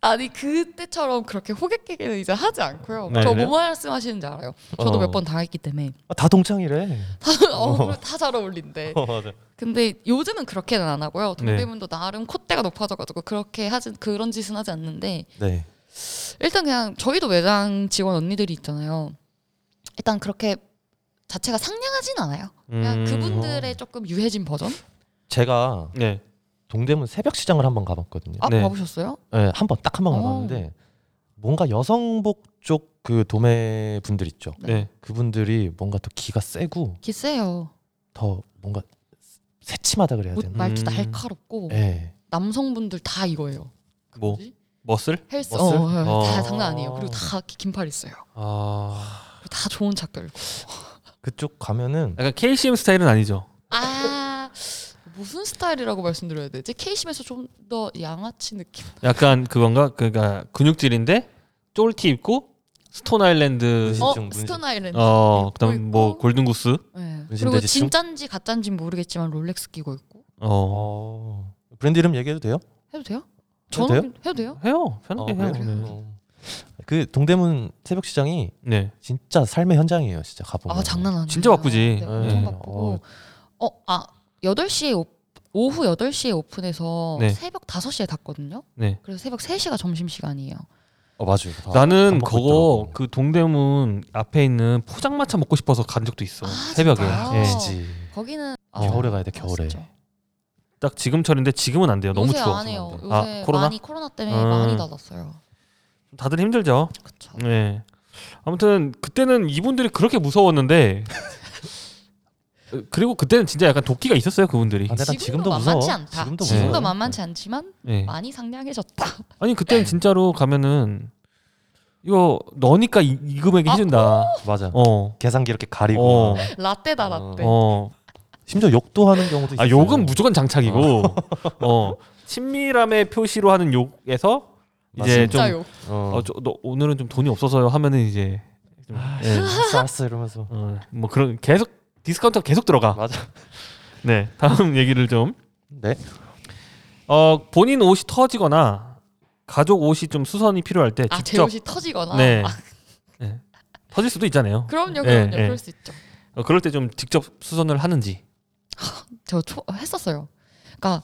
Speaker 3: 아니 그때처럼 그렇게 호객행위는 이제 하지 않고요.
Speaker 2: 네,
Speaker 3: 저
Speaker 2: 그래요?
Speaker 3: 뭐 말씀하시는지 알아요.
Speaker 2: 어.
Speaker 3: 저도 몇 번 당했기 때문에
Speaker 2: 아, 다 동창이래.
Speaker 3: 다잘 어울린대.
Speaker 2: 어, 맞아.
Speaker 3: 근데 요즘은 그렇게는 안 하고요.
Speaker 1: 네.
Speaker 3: 동대문도 나름 콧대가 높아져가지고 그렇게 하지 그런 짓은 하지 않는데
Speaker 2: 네.
Speaker 3: 일단 그냥 저희도 매장 직원 언니들이 있잖아요. 일단 그렇게 자체가 상냥하진 않아요. 그냥
Speaker 1: 음,
Speaker 2: 어.
Speaker 3: 그분들의 조금 유해진 버전?
Speaker 2: 제가
Speaker 1: 네.
Speaker 2: 동대문 새벽 시장을 한번 가봤거든요.
Speaker 3: 아
Speaker 1: 네.
Speaker 3: 가보셨어요?
Speaker 2: 네, 한 번 딱 한 번
Speaker 3: 어.
Speaker 2: 가봤는데 뭔가 여성복 쪽 그 도매 분들 있죠.
Speaker 1: 네.
Speaker 2: 그분들이 뭔가 더 기가 세고
Speaker 3: 기세요.
Speaker 2: 더 뭔가 새침하다 그래야
Speaker 3: 옷
Speaker 2: 되나?
Speaker 3: 말도
Speaker 1: 음.
Speaker 3: 날카롭고
Speaker 2: 네.
Speaker 3: 남성분들 다 이거예요. 그
Speaker 1: 뭐?
Speaker 3: 뭐지?
Speaker 1: 멋을?
Speaker 3: 헬스
Speaker 2: 멋을?
Speaker 3: 어, 어,
Speaker 1: 어.
Speaker 3: 다 장난 아니에요. 그리고 다 긴팔 있어요.
Speaker 1: 아.
Speaker 3: 그리고 다 좋은 착결.
Speaker 2: 그쪽 가면은
Speaker 1: 약간 KCM 스타일은 아니죠.
Speaker 3: 아 무슨 스타일이라고 말씀드려야 되지? 케이심에서 좀 더 양아치 느낌.
Speaker 1: 약간 그건가? 그러니까 근육질인데 쫄티 입고 스톤 아일랜드
Speaker 2: 문신
Speaker 3: 어
Speaker 2: 중, 문신.
Speaker 3: 스톤 아일랜드.
Speaker 1: 어,
Speaker 3: 입고
Speaker 1: 그다음 뭐
Speaker 3: 있고.
Speaker 1: 골든 구스.
Speaker 3: 네.
Speaker 2: 문신
Speaker 3: 그리고
Speaker 2: 돼지 중?
Speaker 3: 진짠지 가짠지는 모르겠지만 롤렉스 끼고 있고
Speaker 1: 어.
Speaker 2: 어... 브랜드 이름 얘기해도 돼요?
Speaker 3: 해도 돼요?
Speaker 2: 해도
Speaker 3: 저는 해도 돼요?
Speaker 1: 해요. 편하게
Speaker 2: 어,
Speaker 1: 해요.
Speaker 2: 그래요?
Speaker 1: 네.
Speaker 2: 어. 그 동대문 새벽 시장이
Speaker 1: 네.
Speaker 2: 진짜 삶의 현장이에요, 진짜 가보면.
Speaker 3: 아 장난 아니에요.
Speaker 1: 진짜 바쁘지.
Speaker 3: 네,
Speaker 1: 네.
Speaker 3: 엄청 바쁘고. 어아 8시에 오, 오후 8시에 오픈해서
Speaker 1: 네.
Speaker 3: 새벽 5시에 닫거든요.
Speaker 1: 네.
Speaker 3: 그래서 새벽 3시가 점심 시간이에요.
Speaker 2: 어, 맞아요. 다
Speaker 1: 나는
Speaker 2: 밥
Speaker 1: 그거
Speaker 2: 먹고 있더라고.
Speaker 1: 그 동대문 앞에 있는 포장마차 먹고 싶어서 간 적도 있어.
Speaker 3: 아,
Speaker 1: 새벽에.
Speaker 3: 진짜요?
Speaker 1: 예. 어,
Speaker 2: 지지.
Speaker 3: 거기는 아,
Speaker 2: 겨울에 가야 돼, 겨울에.
Speaker 3: 진짜.
Speaker 1: 딱 지금철인데 지금은 안 돼요. 너무
Speaker 3: 요새
Speaker 1: 추워.
Speaker 3: 안 해요. 요새
Speaker 1: 아, 코로나?
Speaker 3: 많이 코로나 때문에
Speaker 1: 음.
Speaker 3: 많이 닫았어요.
Speaker 1: 다들 힘들죠.
Speaker 3: 그렇죠.
Speaker 1: 네. 아무튼 그때는 이분들이 그렇게 무서웠는데 그리고 그때는 진짜 약간 도끼가 있었어요 그분들이.
Speaker 2: 아, 근데 난
Speaker 3: 지금도
Speaker 2: 지금도
Speaker 3: 만만치
Speaker 2: 무서워.
Speaker 3: 않다.
Speaker 2: 지금도
Speaker 3: 지금도,
Speaker 1: 무서워요.
Speaker 3: 만만치 않지만
Speaker 1: 네.
Speaker 3: 많이 상냥해졌다.
Speaker 1: 아니
Speaker 2: 네.
Speaker 1: 그때는 진짜로 가면은 이거 너니까 이, 이 금액에 해준다.
Speaker 2: 맞아.
Speaker 1: 어.
Speaker 2: 계산기 이렇게 가리고.
Speaker 1: 어.
Speaker 3: 라떼다
Speaker 2: 어.
Speaker 3: 라떼.
Speaker 1: 어.
Speaker 2: 심지어 욕도 하는 경우도 있어요.
Speaker 1: 아 욕은 무조건 장착이고. 어. 친밀함의 표시로 하는 욕에서 이제
Speaker 3: 진짜
Speaker 1: 좀
Speaker 3: 욕.
Speaker 1: 어, 저, 너 오늘은 좀 돈이 없어서요 하면은 이제 좀,
Speaker 2: 아.
Speaker 1: 예.
Speaker 2: 알았어, 알았어 이러면서.
Speaker 1: 어, 뭐 그런 계속 디스카운트 가 계속 들어가.
Speaker 2: 맞아.
Speaker 1: 네. 다음 얘기를 좀
Speaker 2: 네.
Speaker 1: 어 본인 옷이 터지거나 가족 옷이 좀 수선이 필요할 때
Speaker 3: 아, 제
Speaker 1: 직접
Speaker 3: 옷이 터지거나.
Speaker 1: 네.
Speaker 3: 아,
Speaker 1: 네. 터질 수도 있잖아요.
Speaker 3: 그럼요, 그럼요.
Speaker 1: 네, 네.
Speaker 3: 그럴 수 있죠.
Speaker 1: 어, 그럴 때 좀 직접 수선을 하는지.
Speaker 3: 저 초, 했었어요. 그러니까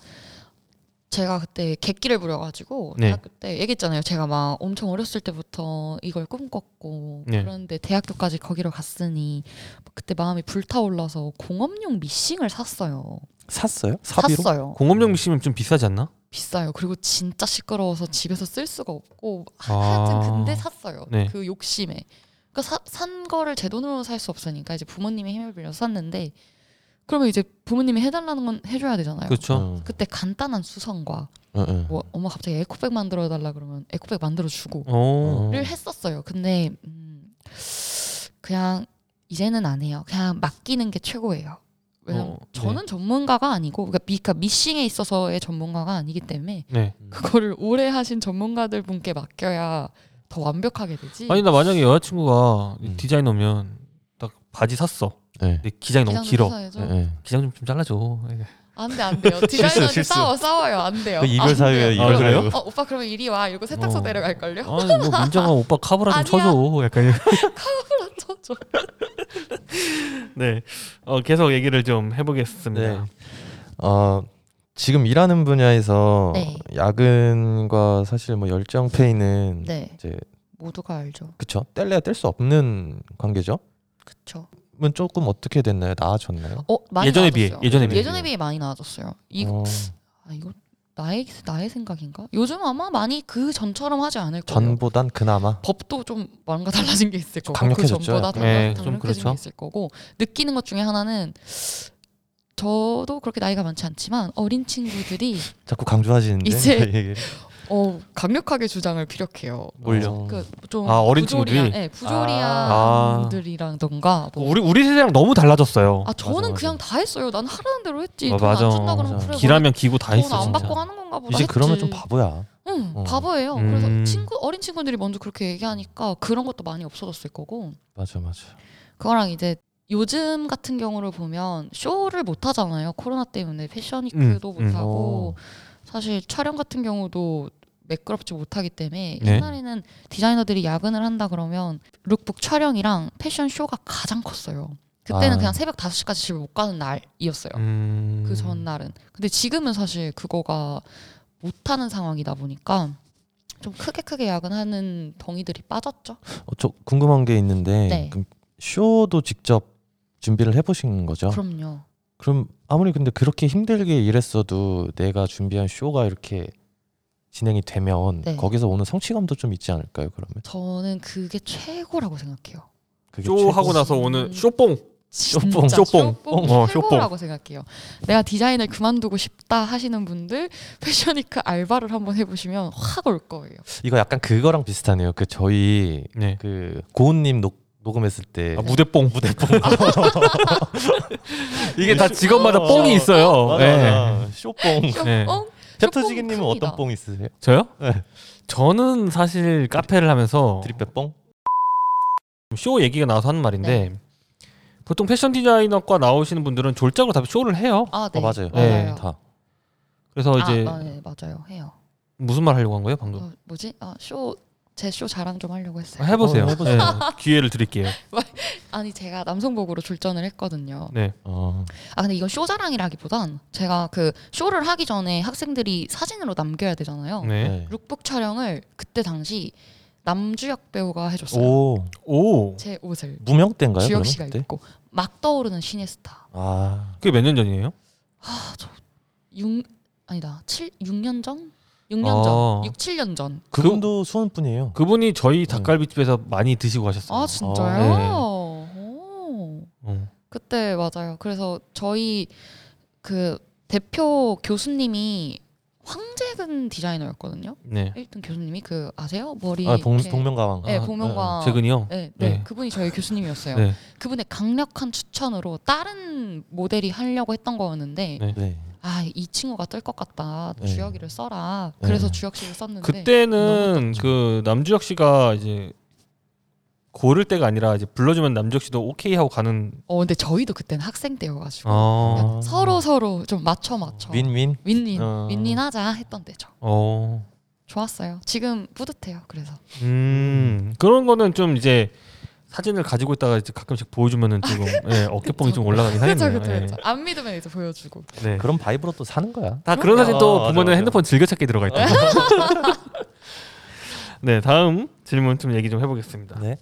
Speaker 3: 제가 그때 객기를 부려가지고
Speaker 1: 네.
Speaker 3: 대학교 때 얘기했잖아요. 제가 막 엄청 어렸을 때부터 이걸 꿈꿨고
Speaker 1: 네.
Speaker 3: 그런데 대학교까지 거기로 갔으니 그때 마음이 불타올라서 공업용 미싱을 샀어요.
Speaker 2: 샀어요? 사비로?
Speaker 3: 샀어요.
Speaker 1: 공업용 미싱은 좀 비싸지 않나?
Speaker 3: 비싸요. 그리고 진짜 시끄러워서 집에서 쓸 수가 없고
Speaker 1: 아.
Speaker 3: 하여튼 근데 샀어요.
Speaker 1: 네.
Speaker 3: 그 욕심에. 그러니까 사- 산 거를 제 돈으로 살 수 없으니까 이제 부모님의 힘을 빌려서 샀는데 그러면 이제 부모님이 해달라는 건 해줘야 되잖아요.
Speaker 1: 그렇죠.
Speaker 2: 응.
Speaker 3: 그때 간단한 수선과
Speaker 2: 응, 응.
Speaker 3: 뭐 엄마 갑자기 에코백 만들어 달라 그러면 에코백 만들어 주고를
Speaker 1: 어.
Speaker 3: 음.
Speaker 2: 어.
Speaker 3: 했었어요. 근데 음, 그냥 이제는 안 해요. 그냥 맡기는 게 최고예요. 왜냐면
Speaker 1: 어, 네.
Speaker 3: 저는 전문가가 아니고 그러니까, 미, 그러니까 미싱에 있어서의 전문가가 아니기 때문에
Speaker 1: 네.
Speaker 3: 그거를 오래 하신 전문가들 분께 맡겨야 더 완벽하게 되지.
Speaker 1: 아니 나 만약에 여자친구가
Speaker 2: 음.
Speaker 1: 디자이너면 딱 바지 샀어.
Speaker 2: 네.
Speaker 1: 근데 기장이 너무
Speaker 3: 기장도
Speaker 1: 길어.
Speaker 3: 사야죠.
Speaker 2: 네.
Speaker 1: 기장 좀, 좀 잘라줘.
Speaker 3: 안 돼, 안 돼요. 디자이너한테
Speaker 2: 실수.
Speaker 3: 싸워, 싸워요. 안 돼요.
Speaker 2: 그 이별
Speaker 3: 안
Speaker 2: 사유예요.
Speaker 3: 돼요.
Speaker 2: 이별
Speaker 1: 아, 그래요?
Speaker 2: 사유.
Speaker 3: 어, 오빠 그러면 이리 와. 이러고 세탁소
Speaker 1: 어.
Speaker 3: 내려갈걸요?
Speaker 1: 아니 뭐 민정아 오빠 카브라 좀
Speaker 3: 아니야.
Speaker 1: 쳐줘. 약간 이런.
Speaker 3: 저, 저.
Speaker 1: 네. 어, 계속 얘기를 좀 해보겠습니다.
Speaker 2: 어, 지금 일하는 분야에서
Speaker 3: 네.
Speaker 2: 야근과 사실 뭐 열정 페이는
Speaker 3: 네,
Speaker 2: 이제
Speaker 3: 모두가 알죠.
Speaker 2: 그쵸 뗄래야 뗄 수 없는 관계죠.
Speaker 3: 그쵸.
Speaker 2: 은 조금 어떻게 됐나요? 나아졌나요?
Speaker 3: 어, 많이
Speaker 1: 예전에 비해,
Speaker 3: 나아졌어요.
Speaker 1: 예전에
Speaker 2: 비해.
Speaker 3: 예전에 비해 많이 나아졌어요. 이,
Speaker 2: 어,
Speaker 3: 아, 이거 나의, 나의 생각인가? 요즘 아마 많이 그 전처럼 하지 않을 거예요.
Speaker 2: 전보단 그나마
Speaker 3: 법도 좀 뭔가 달라진 게 있을 거고
Speaker 2: 강력해졌죠,
Speaker 3: 그 전보다
Speaker 2: 약간.
Speaker 3: 당-
Speaker 1: 네,
Speaker 3: 강력해진
Speaker 1: 좀 그렇죠.
Speaker 3: 게 있을 거고 느끼는 것 중에 하나는 저도 그렇게 나이가 많지 않지만 어린 친구들이
Speaker 2: 자꾸 강조하시는데
Speaker 3: 이제
Speaker 2: 얘기를.
Speaker 3: 어, 강력하게 주장을 피력해요.
Speaker 1: 몰려.
Speaker 2: 어,
Speaker 3: 그좀
Speaker 1: 아, 어린 친구들이? 아.
Speaker 3: 네,
Speaker 1: 어,
Speaker 3: 부조리한 분들이랑던가 뭐.
Speaker 1: 우리 우리 세대랑 너무 달라졌어요.
Speaker 3: 아 저는
Speaker 2: 맞아, 맞아.
Speaker 3: 그냥 다 했어요. 난 하라는 대로 했지.
Speaker 1: 어,
Speaker 3: 돈 안
Speaker 1: 맞아.
Speaker 3: 준다 그러면
Speaker 2: 맞아.
Speaker 3: 그래
Speaker 1: 길하면 기고 다 했어.
Speaker 3: 돈안
Speaker 1: 진짜.
Speaker 3: 받고 하는 건가 보다.
Speaker 2: 이제 그러면
Speaker 3: 했지.
Speaker 2: 좀 바보야.
Speaker 3: 응,
Speaker 2: 어.
Speaker 3: 바보예요.
Speaker 1: 음.
Speaker 3: 그래서 친구 어린 친구들이 먼저 그렇게 얘기하니까 그런 것도 많이 없어졌을 거고.
Speaker 2: 맞아 맞아.
Speaker 3: 그거랑 이제 요즘 같은 경우를 보면 쇼를 못 하잖아요. 코로나 때문에 패션
Speaker 1: 음,
Speaker 2: 어.
Speaker 3: 위크도
Speaker 1: 음.
Speaker 3: 못 하고 사실 촬영 같은 경우도 매끄럽지 못하기 때문에
Speaker 2: 네.
Speaker 3: 옛날에는 디자이너들이 야근을 한다 그러면 룩북 촬영이랑 패션쇼가 가장 컸어요. 그때는
Speaker 2: 아.
Speaker 3: 그냥 새벽 5시까지 집을 못 가는 날이었어요.
Speaker 4: 음.
Speaker 3: 그 전날은. 근데 지금은 사실 그거가 못하는 상황이다 보니까 좀 크게 크게 야근하는 덩이들이 빠졌죠.
Speaker 2: 어, 저 궁금한 게 있는데
Speaker 3: 네.
Speaker 2: 그럼 쇼도 직접 준비를 해보신 거죠? 그럼,
Speaker 3: 그럼요.
Speaker 2: 아무리 근데 그렇게 힘들게 일했어도 내가 준비한 쇼가 이렇게 진행이 되면
Speaker 3: 네.
Speaker 2: 거기서 오는 성취감도 좀 있지 않을까요? 그러면
Speaker 3: 저는 그게 최고라고 생각해요.
Speaker 2: 그게
Speaker 1: 쇼 하고
Speaker 2: 최고-
Speaker 1: 나서 오는
Speaker 3: 음.
Speaker 1: 쇼뽕.
Speaker 2: 쇼뽕.
Speaker 3: 진짜
Speaker 1: 쇼뽕. 어,
Speaker 3: 최고라고 생각해요. 내가 디자인을 그만두고 싶다 하시는 분들 패셔니크 알바를 한번 해보시면 확 올 거예요.
Speaker 2: 이거 약간 그거랑 비슷하네요. 그 저희
Speaker 4: 네.
Speaker 2: 그 고은님 녹, 녹음했을 때
Speaker 1: 네.
Speaker 4: 아, 무대뽕. 무대뽕.
Speaker 1: 이게 다 직업마다
Speaker 2: 어,
Speaker 1: 뽕이 있어요.
Speaker 2: 맞아,
Speaker 1: 예.
Speaker 2: 맞아. 쇼뽕.
Speaker 3: 쇼뽕?
Speaker 4: 네.
Speaker 2: 챕터지기님은
Speaker 3: 큽니다.
Speaker 2: 어떤 뽕 있으세요?
Speaker 1: 저요?
Speaker 2: 네.
Speaker 1: 저는 사실 카페를 하면서
Speaker 2: 드립배 뽕?
Speaker 1: 쇼 얘기가 나와서 하는 말인데
Speaker 3: 네.
Speaker 1: 보통 패션 디자이너과 나오시는 분들은 졸작으로 다 쇼를 해요.
Speaker 3: 아, 네.
Speaker 2: 어, 맞아요.
Speaker 1: 네.
Speaker 3: 맞아요.
Speaker 2: 다.
Speaker 1: 그래서 이제
Speaker 3: 아, 아, 네, 맞아요. 해요.
Speaker 1: 무슨 말 하려고 한 거예요 방금?
Speaker 3: 어, 뭐지? 아, 쇼, 제 쇼 자랑 좀 하려고 했어요.
Speaker 1: 해보세요.
Speaker 2: 어, 해보세요.
Speaker 1: 네, 기회를 드릴게요.
Speaker 3: 아니, 제가 남성복으로 출전을 했거든요.
Speaker 1: 네.
Speaker 2: 어.
Speaker 3: 아, 근데 이건 쇼 자랑이라기보단 제가 그 쇼를 하기 전에 학생들이 사진으로 남겨야 되잖아요.
Speaker 1: 네.
Speaker 2: 네.
Speaker 3: 룩북 촬영을 그때 당시 남주혁 배우가 해줬어요.
Speaker 2: 오
Speaker 1: 오.
Speaker 3: 제 옷을.
Speaker 2: 무명 때인가요?
Speaker 3: 주혁
Speaker 2: 그러면?
Speaker 3: 씨가
Speaker 2: 그때?
Speaker 3: 있고 막 떠오르는 신의 스타.
Speaker 2: 아
Speaker 1: 그게 몇 년 전이에요?
Speaker 3: 육 아니다. 칠육 년 전? 육
Speaker 2: 아.
Speaker 3: 년
Speaker 1: 어.
Speaker 3: 전. 육 칠 년 전.
Speaker 2: 그분도 수원분이에요.
Speaker 1: 그분이 저희 닭갈비집에서 많이 드시고 가셨어요.
Speaker 3: 아, 진짜요?
Speaker 1: 네.
Speaker 3: 오.
Speaker 1: 어.
Speaker 3: 그때 맞아요. 그래서 저희 그 대표 교수님이 황재근 디자이너였거든요.
Speaker 1: 네.
Speaker 3: 1등 교수님이 그 아세요? 머리
Speaker 2: 아 동,
Speaker 3: 이렇게-
Speaker 2: 동명가왕.
Speaker 3: 네, 복면가-
Speaker 1: 최근이요.
Speaker 3: 네, 네.
Speaker 1: 네.
Speaker 3: 그분이 저희 교수님이었어요.
Speaker 1: 네.
Speaker 3: 그분의 강력한 추천으로 다른 모델이 하려고 했던 거였는데
Speaker 1: 네.
Speaker 2: 네.
Speaker 3: 아 이 친구가 뜰 것 같다
Speaker 2: 네.
Speaker 3: 주혁이를 써라
Speaker 2: 네.
Speaker 3: 그래서 주혁씨를 썼는데
Speaker 1: 그때는
Speaker 3: 너무 떴죠.
Speaker 1: 그 남주혁 씨가 이제 고를 때가 아니라 이제 불러주면 남주혁 씨도 오케이 하고 가는.
Speaker 3: 어 근데 저희도 그때는 학생 때여가지고
Speaker 1: 어.
Speaker 2: 아.
Speaker 3: 서로 서로 좀 맞춰 맞춰
Speaker 2: 윈윈.
Speaker 3: 윈윈
Speaker 2: 어.
Speaker 3: 윈윈하자 했던 때죠
Speaker 1: 어.
Speaker 3: 좋았어요 지금 뿌듯해요 그래서
Speaker 1: 음. 그런 거는 좀 이제 사진을 가지고 있다가 이제 가끔씩 보여주면은 조금 예, 어깨뽕이 좀 올라가긴
Speaker 3: 그죠
Speaker 1: 하겠네요.
Speaker 3: 그죠
Speaker 1: 예.
Speaker 3: 그죠 안 믿으면 이제 보여주고
Speaker 1: 네.
Speaker 2: 그런 바이브로 또 사는 거야.
Speaker 1: 다 그런 사진
Speaker 2: 아,
Speaker 1: 또
Speaker 2: 맞아,
Speaker 1: 보면은
Speaker 2: 맞아.
Speaker 1: 핸드폰 즐겨찾기 들어가 있다. 네, 다음 질문 좀 얘기 좀 해보겠습니다.
Speaker 2: 네.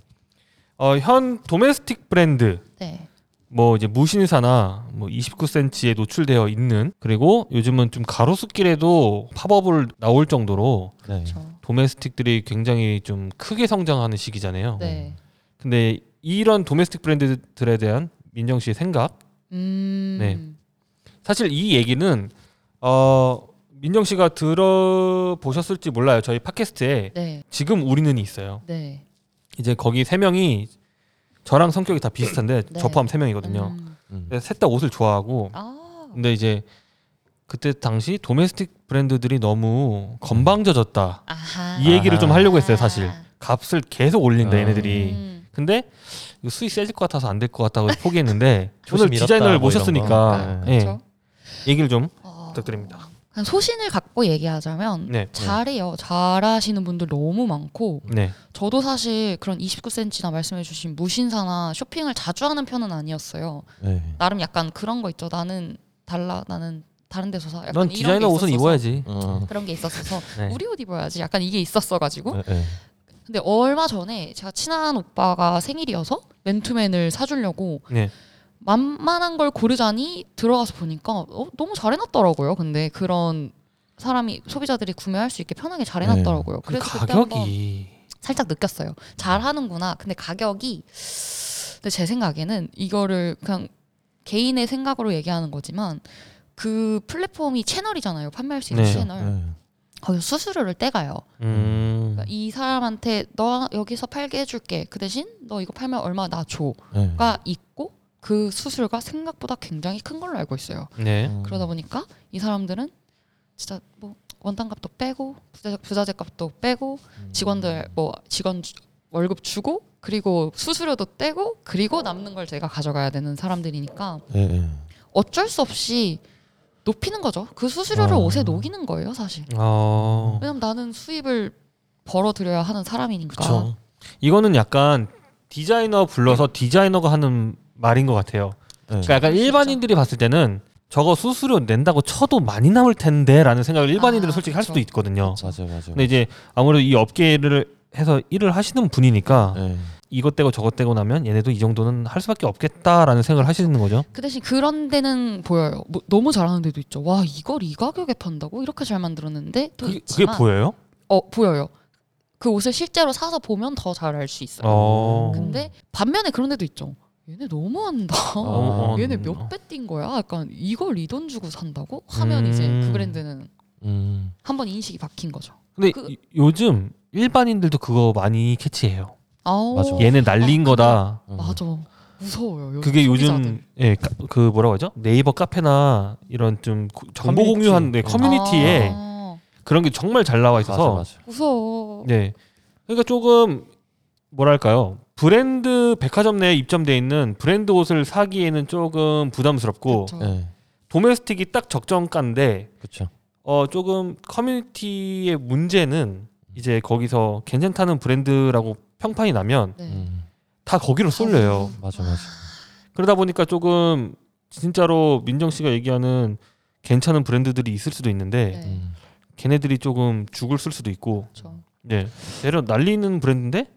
Speaker 1: 어, 현 도메스틱 브랜드
Speaker 3: 네
Speaker 1: 뭐 이제 무신사나 뭐 29cm에 노출되어 있는 그리고 요즘은 좀 가로수길에도 팝업을 나올 정도로
Speaker 2: 네.
Speaker 3: 그렇죠
Speaker 1: 도메스틱들이 굉장히 좀 크게 성장하는 시기잖아요.
Speaker 3: 네
Speaker 1: 근데 이런 도메스틱 브랜드들에 대한 민정 씨의 생각
Speaker 3: 음
Speaker 1: 네. 사실 이 얘기는 어 민정 씨가 들어보셨을지 몰라요. 저희 팟캐스트에
Speaker 3: 네.
Speaker 1: 지금 우리는 있어요.
Speaker 3: 네.
Speaker 1: 이제 거기 세 명이 저랑 성격이 다 비슷한데
Speaker 3: 네.
Speaker 1: 저 포함 세 명이거든요.
Speaker 3: 음.
Speaker 2: 음.
Speaker 1: 셋 다 옷을 좋아하고
Speaker 3: 아
Speaker 1: 근데 이제 그때 당시 도메스틱 브랜드들이 너무 건방져졌다
Speaker 3: 아하
Speaker 1: 이 얘기를 좀
Speaker 2: 아하.
Speaker 1: 하려고 했어요 사실
Speaker 3: 아.
Speaker 1: 값을 계속 올린다
Speaker 2: 아.
Speaker 1: 얘네들이
Speaker 3: 음.
Speaker 1: 근데 이거 수익 세질 것 같아서 안 될 것 같다고 포기했는데
Speaker 2: 조심
Speaker 1: 오늘
Speaker 2: 잃었다,
Speaker 1: 디자이너를
Speaker 2: 뭐 이런
Speaker 1: 모셨으니까
Speaker 2: 거.
Speaker 1: 예,
Speaker 3: 그렇죠
Speaker 1: 얘기를 좀
Speaker 3: 어.
Speaker 1: 부탁드립니다.
Speaker 3: 그냥 소신을 갖고 얘기하자면
Speaker 1: 네.
Speaker 3: 잘해요. 잘하시는 분들 너무 많고
Speaker 1: 네.
Speaker 3: 저도 사실 그런 29cm나 말씀해주신 무신사나 쇼핑을 자주 하는 편은 아니었어요.
Speaker 2: 네.
Speaker 3: 나름 약간 그런 거 있죠. 나는 달라 나는 다른 데서 사. 약간
Speaker 1: 넌
Speaker 3: 이런
Speaker 1: 디자이너
Speaker 3: 게
Speaker 1: 옷은
Speaker 3: 있었어서
Speaker 1: 입어야지.
Speaker 2: 어.
Speaker 3: 그런 게 있었어서
Speaker 1: 네.
Speaker 3: 우리 옷 입어야지. 약간 이게 있었어가지고
Speaker 2: 네, 네.
Speaker 3: 근데 얼마 전에 제가 친한 오빠가 생일이어서 맨투맨을 사주려고
Speaker 1: 네.
Speaker 3: 만만한 걸 고르자니 들어가서 보니까 어, 너무 잘 해놨더라고요. 근데 그런 사람이 소비자들이 구매할 수 있게 편하게 잘 해놨더라고요.
Speaker 1: 근데
Speaker 3: 그래서 그때 한번
Speaker 1: 네. 가격이
Speaker 3: 살짝 느꼈어요. 잘 하는구나. 근데 가격이 근데 제 생각에는 이거를 그냥 개인의 생각으로 얘기하는 거지만 그 플랫폼이 채널이잖아요. 판매할 수 있는
Speaker 1: 네.
Speaker 3: 채널.
Speaker 2: 네.
Speaker 3: 거기서 수수료를 떼가요.
Speaker 1: 음.
Speaker 3: 그러니까 이 사람한테 너 여기서 팔게 해줄게. 그 대신 너 이거 팔면 얼마 나 줘가
Speaker 2: 네.
Speaker 3: 있고 그 수수료가 생각보다 굉장히 큰 걸로 알고 있어요.
Speaker 1: 네.
Speaker 2: 음.
Speaker 3: 그러다 보니까 이 사람들은 진짜 뭐 원단값도 빼고 부자, 부자재 값도 빼고 직원들 뭐 직원 주- 월급 주고 그리고 수수료도 떼고 그리고 남는 걸 제가 가져가야 되는 사람들이니까
Speaker 2: 네, 네.
Speaker 3: 어쩔 수 없이 높이는 거죠. 그 수수료를
Speaker 2: 아.
Speaker 3: 옷에 녹이는 거예요, 사실.
Speaker 1: 어.
Speaker 3: 왜냐면 나는 수입을 벌어들여야 하는 사람이니까.
Speaker 2: 그렇죠.
Speaker 1: 이거는 약간 디자이너 불러서 디자이너가 하는 말인 것 같아요.
Speaker 2: 네.
Speaker 1: 그러니까 약간
Speaker 3: 진짜.
Speaker 1: 일반인들이 봤을 때는 저거 수수료 낸다고 쳐도 많이 남을 텐데라는 생각을 일반인들은
Speaker 3: 아,
Speaker 1: 솔직히 할
Speaker 3: 그쵸.
Speaker 1: 수도 있거든요.
Speaker 2: 맞아요, 맞아요.
Speaker 1: 근데 이제 아무래도 이 업계를 해서 일을 하시는 분이니까
Speaker 2: 네.
Speaker 1: 이것 떼고 저것 떼고 나면 얘네도 이 정도는 할 수밖에 없겠다라는 생각을 하시는 거죠.
Speaker 3: 그 대신 그런 데는 보여요. 뭐, 너무 잘하는 데도 있죠. 와 이걸 이 가격에 판다고 이렇게 잘 만들었는데 또
Speaker 1: 그게, 그게
Speaker 3: 있지만
Speaker 1: 보여요?
Speaker 3: 어 보여요. 그 옷을 실제로 사서 보면 더 잘 알 수 있어요.
Speaker 1: 어.
Speaker 3: 근데 반면에 그런 데도 있죠. 얘네 너무한다.
Speaker 1: 아,
Speaker 2: 어,
Speaker 3: 얘네 몇 배 뛴 거야. 약간 이걸 이 돈 주고 산다고 하면
Speaker 1: 음.
Speaker 3: 이제 그 브랜드는
Speaker 2: 음.
Speaker 3: 한 번 인식이 박힌 거죠.
Speaker 1: 근데
Speaker 3: 그-
Speaker 1: 이- 요즘 일반인들도 그거 많이 캐치해요.
Speaker 3: 아우
Speaker 2: 맞아.
Speaker 1: 얘네 날린
Speaker 3: 아,
Speaker 1: 거다.
Speaker 2: 음.
Speaker 3: 맞아. 무서워요. 요즘
Speaker 1: 그게
Speaker 3: 소비자들.
Speaker 1: 요즘 예, 까- 그 뭐라고 하죠? 네이버 카페나 이런 좀 고- 정보
Speaker 2: 커뮤니티.
Speaker 1: 공유하는 네,
Speaker 2: 음.
Speaker 1: 커뮤니티에
Speaker 3: 아,
Speaker 1: 그런 게 정말 잘 나와 있어서
Speaker 2: 맞아, 맞아.
Speaker 3: 무서워.
Speaker 1: 네. 그러니까 조금 뭐랄까요? 브랜드 백화점 내에 입점돼 있는 브랜드 옷을 사기에는 조금 부담스럽고
Speaker 3: 그쵸.
Speaker 2: 네.
Speaker 1: 도메스틱이 딱 적정가인데
Speaker 2: 그렇죠.
Speaker 1: 어 조금 커뮤니티의 문제는 이제 거기서 괜찮다는 브랜드라고 평판이 나면
Speaker 3: 네.
Speaker 2: 음.
Speaker 1: 다 거기로
Speaker 3: 음.
Speaker 1: 쏠려요.
Speaker 2: 맞아, 맞아.
Speaker 1: 그러다 보니까 조금 진짜로 민정 씨가 얘기하는 괜찮은 브랜드들이 있을 수도 있는데
Speaker 3: 네.
Speaker 2: 음.
Speaker 1: 걔네들이 조금 죽을 쓸 수도 있고
Speaker 3: 그렇죠.
Speaker 1: 예 예를 들어 날리는 브랜드인데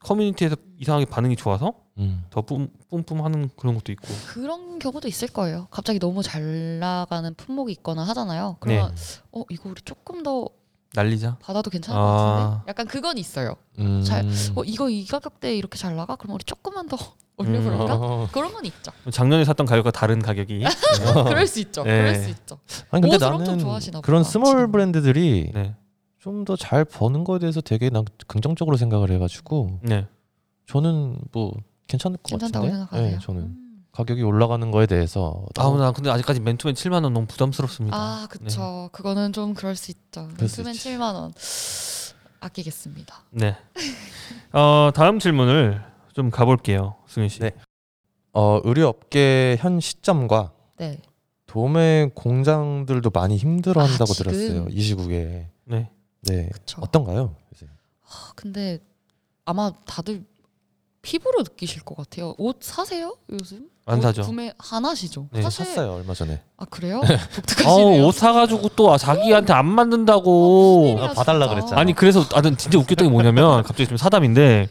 Speaker 1: 커뮤니티에서 이상하게 반응이 좋아서
Speaker 2: 음.
Speaker 1: 더 뿜, 뿜뿜하는 그런 것도 있고
Speaker 3: 그런 경우도 있을 거예요. 갑자기 너무 잘 나가는 품목이 있거나
Speaker 2: 네.
Speaker 3: 하잖아요. 그러면 어 이거 우리 조금 더
Speaker 1: 날리자
Speaker 3: 받아도 괜찮을
Speaker 1: 아.
Speaker 3: 것 같은데 약간 그건 있어요.
Speaker 2: 음.
Speaker 3: 잘- 어 이거 이 가격대에 이렇게 잘 나가? 그럼 우리 조금만 더 올려볼까?
Speaker 2: 어.
Speaker 3: 그런 건 있죠.
Speaker 1: 작년에 샀던 가격과 다른 가격이
Speaker 3: 그럴 수 있죠. 그럴
Speaker 1: 네.
Speaker 3: 수 있죠.
Speaker 2: 아니 근데
Speaker 3: 옷을 엄청
Speaker 2: 나는
Speaker 3: 좋아하시나
Speaker 2: 그런
Speaker 3: 보다,
Speaker 2: 스몰
Speaker 3: 지금.
Speaker 2: 브랜드들이
Speaker 1: 네.
Speaker 2: 좀 더 잘 버는 거에 대해서 되게 난 긍정적으로 생각을 해가지고
Speaker 1: 네.
Speaker 2: 저는 뭐 괜찮을 것
Speaker 3: 괜찮다고
Speaker 2: 같은데
Speaker 3: 생각하세요.
Speaker 2: 네, 저는
Speaker 3: 음.
Speaker 2: 가격이 올라가는 거에 대해서 너무
Speaker 1: 아나 근데 아직까지 맨투맨 7만 원 너무 부담스럽습니다.
Speaker 3: 아
Speaker 1: 네.
Speaker 3: 그쵸. 그거는 좀 그럴 수 있죠.
Speaker 2: 그럴 수
Speaker 3: 수면
Speaker 2: 있지.
Speaker 3: 7만 원 아끼겠습니다.
Speaker 1: 네. 어 다음 질문을 좀 가볼게요, 승윤 씨.
Speaker 2: 네. 어, 의료업계 현 시점과
Speaker 3: 네.
Speaker 2: 도매 공장들도 많이 힘들어한다고
Speaker 3: 아, 지금?
Speaker 2: 들었어요 이 시국에
Speaker 1: 네.
Speaker 2: 네
Speaker 3: 그쵸.
Speaker 2: 어떤가요? 요새?
Speaker 3: 아, 근데 아마 다들 피부로 느끼실 것 같아요. 옷 사세요 요즘?
Speaker 1: 안
Speaker 3: 옷
Speaker 1: 사죠.
Speaker 3: 구매 안 하시죠.
Speaker 1: 네,
Speaker 3: 사실
Speaker 2: 샀어요 얼마 전에
Speaker 3: 아 그래요?
Speaker 1: 어,
Speaker 3: 독특하시네요.
Speaker 1: 옷 사가지고 또 아, 자기한테 안 맞는다고.
Speaker 3: 큰일이야,
Speaker 2: 아, 봐달라
Speaker 3: 진짜.
Speaker 2: 그랬잖아.
Speaker 1: 아니 그래서 아, 난 진짜 웃겼던 게 뭐냐면 갑자기 좀 사담인데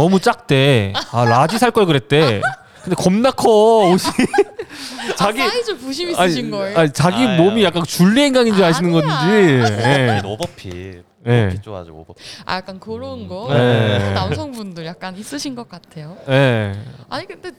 Speaker 1: 너무 작대. 아 라지 살 걸 그랬대. 근데 겁나 커 옷이. 그 자기
Speaker 3: 아, 사이즈 부심
Speaker 1: 아니,
Speaker 3: 있으신 거예요?
Speaker 1: 아니, 자기
Speaker 2: 아유.
Speaker 1: 몸이 약간 줄리엔강인 줄 아시는
Speaker 3: 아니야.
Speaker 1: 건지. 예.
Speaker 2: 오버핏
Speaker 1: 예.
Speaker 2: 좋아하죠 오버핏
Speaker 3: 아 약간 그런 거
Speaker 1: 네.
Speaker 3: 남성분들 약간 있으신 것 같아요.
Speaker 1: 예.
Speaker 3: 아니 근데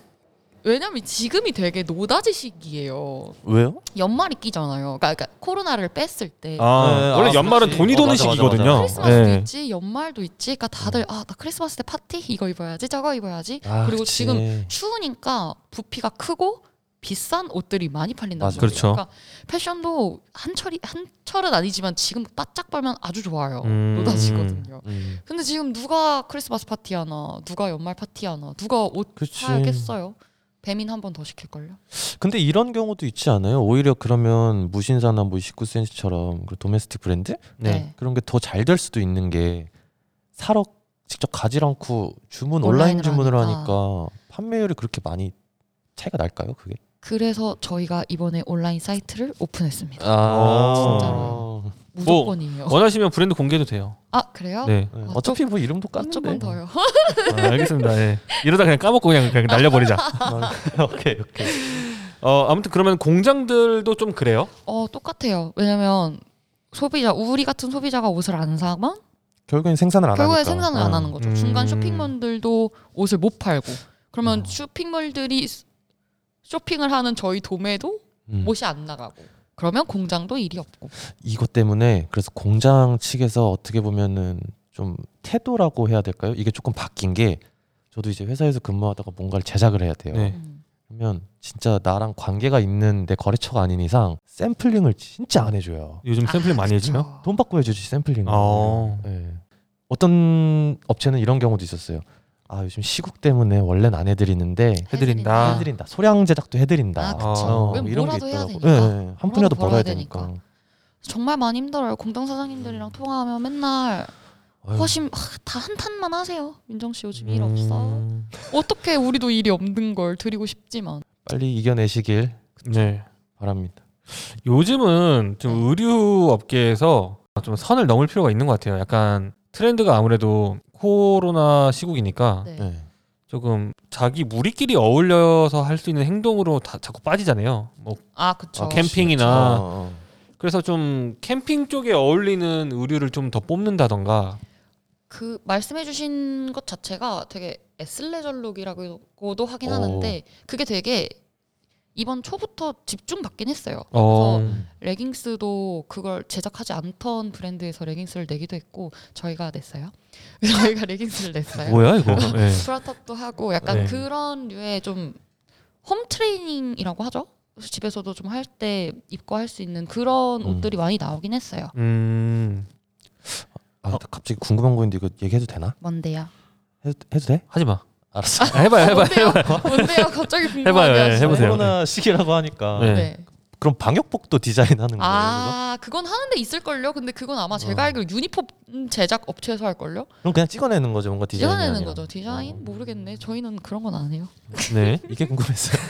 Speaker 3: 왜냐면 지금이 되게 노다지 시기예요.
Speaker 2: 왜요?
Speaker 3: 연말이 끼잖아요. 그러니까, 그러니까 코로나를 뺐을 때
Speaker 1: 아
Speaker 2: 예,
Speaker 1: 원래
Speaker 2: 아,
Speaker 1: 연말은
Speaker 2: 그렇지.
Speaker 1: 돈이
Speaker 2: 어,
Speaker 1: 도는
Speaker 2: 맞아, 맞아,
Speaker 1: 시기거든요.
Speaker 2: 맞아.
Speaker 3: 크리스마스도
Speaker 1: 예.
Speaker 3: 있지, 연말도 있지. 그러니까 다들 아 나 크리스마스 때 파티 이거 입어야지, 저거 입어야지.
Speaker 2: 아,
Speaker 3: 그리고
Speaker 2: 그치.
Speaker 3: 지금 추우니까 부피가 크고 비싼 옷들이 많이 팔린다.
Speaker 2: 맞아.
Speaker 1: 그렇죠.
Speaker 3: 그러니까 패션도 한철이 한철은 아니지만 지금 바짝 벌면 아주 좋아요.
Speaker 1: 음.
Speaker 3: 노다지거든요.
Speaker 2: 음.
Speaker 3: 근데 지금 누가 크리스마스 파티 하나, 누가 연말 파티 하나, 누가 옷
Speaker 2: 그치.
Speaker 3: 사야겠어요. 배민 한 번 더 시킬 걸요.
Speaker 2: 근데 이런 경우도 있지 않아요? 오히려 그러면 무신사나 뭐 19cm처럼 그 도메스틱 브랜드
Speaker 1: 네.
Speaker 2: 그런 게 더 잘 될 수도 있는 게 사러 직접 가지 않고 주문
Speaker 3: 온라인으로
Speaker 2: 온라인 주문을 하니까.
Speaker 3: 하니까.
Speaker 2: 판매율이 그렇게 많이 차이가 날까요? 그게?
Speaker 3: 그래서 저희가 이번에 온라인 사이트를 오픈했습니다.
Speaker 1: 아.
Speaker 2: 진짜로.
Speaker 3: 무조건이에요.
Speaker 1: 원하시면 브랜드 공개도 돼요.
Speaker 3: 아 그래요?
Speaker 1: 네.
Speaker 2: 네, 어차피 뭐 이름도 깠는데.
Speaker 3: 조금 더요.
Speaker 1: 아, 알겠습니다. 예. 이러다 그냥 까먹고 그냥, 그냥 날려버리자.
Speaker 2: 오케이 오케이.
Speaker 1: 어 아무튼 그러면 공장들도 좀 그래요.
Speaker 3: 어 똑같아요. 왜냐면 소비자 우리 같은 소비자가 옷을 안 사면
Speaker 2: 결국엔 생산을 안
Speaker 3: 결국에
Speaker 2: 하니까.
Speaker 3: 생산을
Speaker 2: 어.
Speaker 3: 안 하는 거죠.
Speaker 1: 음.
Speaker 3: 중간 쇼핑몰들도 옷을 못 팔고 그러면
Speaker 2: 어.
Speaker 3: 쇼핑몰들이 수- 쇼핑을 하는 저희 도매도
Speaker 2: 음.
Speaker 3: 옷이 안 나가고 그러면 공장도 일이 없고
Speaker 2: 이것 때문에 그래서 공장 측에서 어떻게 보면은 좀 태도라고 해야 될까요? 이게 조금 바뀐 게 저도 이제 회사에서 근무하다가 뭔가를 제작을 해야 돼요.
Speaker 1: 네.
Speaker 3: 음.
Speaker 2: 그러면 진짜 나랑 관계가 있는 내 거래처가 아닌 이상 샘플링을 진짜 안 해줘요.
Speaker 1: 요즘
Speaker 3: 아,
Speaker 1: 샘플 많이
Speaker 3: 그쵸.
Speaker 1: 해주면.
Speaker 2: 돈 받고 해주지 샘플링.
Speaker 1: 어.
Speaker 2: 예. 어떤 업체는 이런 경우도 있었어요. 아 요즘 시국 때문에 원래는 안 해드리는데
Speaker 1: 해드린다. 아.
Speaker 2: 해드린다 소량 제작도 해드린다
Speaker 3: 아,
Speaker 1: 그쵸.
Speaker 3: 웬 뭐라도 해야
Speaker 2: 있더라고요.
Speaker 3: 되니까.
Speaker 2: 예, 예. 한 푼이라도
Speaker 3: 뭐라도
Speaker 2: 벌어야
Speaker 3: 벌어야
Speaker 2: 되니까,
Speaker 3: 정말 많이 힘들어요. 공장
Speaker 2: 음.
Speaker 3: 사장님들이랑 통화하면 맨날
Speaker 2: 어휴.
Speaker 3: 허심 아, 다 한탄만 하세요. 민정 씨 요즘 일
Speaker 1: 음.
Speaker 3: 없어.
Speaker 2: 음. 음,
Speaker 3: 어떻게 우리도 일이 없는 걸 드리고 싶지만
Speaker 2: 빨리 이겨내시길
Speaker 1: 네.
Speaker 2: 바랍니다
Speaker 1: 요즘은 좀 의류 업계에서 좀 선을 넘을 필요가 있는 것 같아요. 약간 트렌드가 아무래도 코로나 시국이니까
Speaker 3: 네.
Speaker 2: 예.
Speaker 1: 조금 자기 무리끼리 어울려서 할 수 있는 행동으로 다 자꾸 빠지잖아요. 뭐
Speaker 3: 아 그쵸.
Speaker 1: 아, 캠핑이나
Speaker 2: 어,
Speaker 3: 그렇죠.
Speaker 2: 어.
Speaker 1: 그래서 좀 캠핑 쪽에 어울리는 의류를 좀 더 뽑는다던가
Speaker 3: 그 말씀해주신 것 자체가 되게 에슬레저룩이라고도 하긴
Speaker 1: 오.
Speaker 3: 하는데
Speaker 1: 어.
Speaker 3: 그게 되게 이번 초부터 집중받긴 했어요.
Speaker 1: 어,
Speaker 3: 레깅스도 그걸 제작하지 않던 브랜드에서 레깅스를 내기도 했고 저희가 냈어요. 저희가 레깅스를 냈어요.
Speaker 1: 뭐야 이거 예.
Speaker 3: 프라탑도 하고 약간
Speaker 1: 네.
Speaker 3: 그런 류의 좀 홈트레이닝이라고 하죠. 그래서 집에서도 좀 할 때 입고 할 수 있는 그런
Speaker 2: 음.
Speaker 3: 옷들이 많이 나오긴 했어요.
Speaker 1: 음
Speaker 2: 아, 갑자기 궁금한 거있는데 이거 얘기해도 되나?
Speaker 3: 뭔데요?
Speaker 2: 해도, 해도 돼?
Speaker 1: 하지마
Speaker 2: 알았어
Speaker 1: 해봐요 해봐요
Speaker 3: 뭔데요? 뭔데요? 갑자기
Speaker 1: 아, 해봐요, 예,
Speaker 3: 궁금하네요. 진짜.
Speaker 1: 해보세요.
Speaker 2: 코로나 시기라고 하니까
Speaker 1: 네.
Speaker 3: 네.
Speaker 2: 그럼 방역복도 디자인하는 거예요? 이거?
Speaker 3: 아 그건 하는데 있을걸요. 근데 그건 아마 제가
Speaker 2: 어.
Speaker 3: 알기로 유니폼 제작 업체에서 할걸요.
Speaker 2: 그럼 그냥 찍어내는 거죠 뭔가 디자인
Speaker 3: 찍어내는 거죠. 디자인 모르겠네. 저희는 그런 건 안 해요.
Speaker 1: 네
Speaker 2: 어. 이게 궁금했어요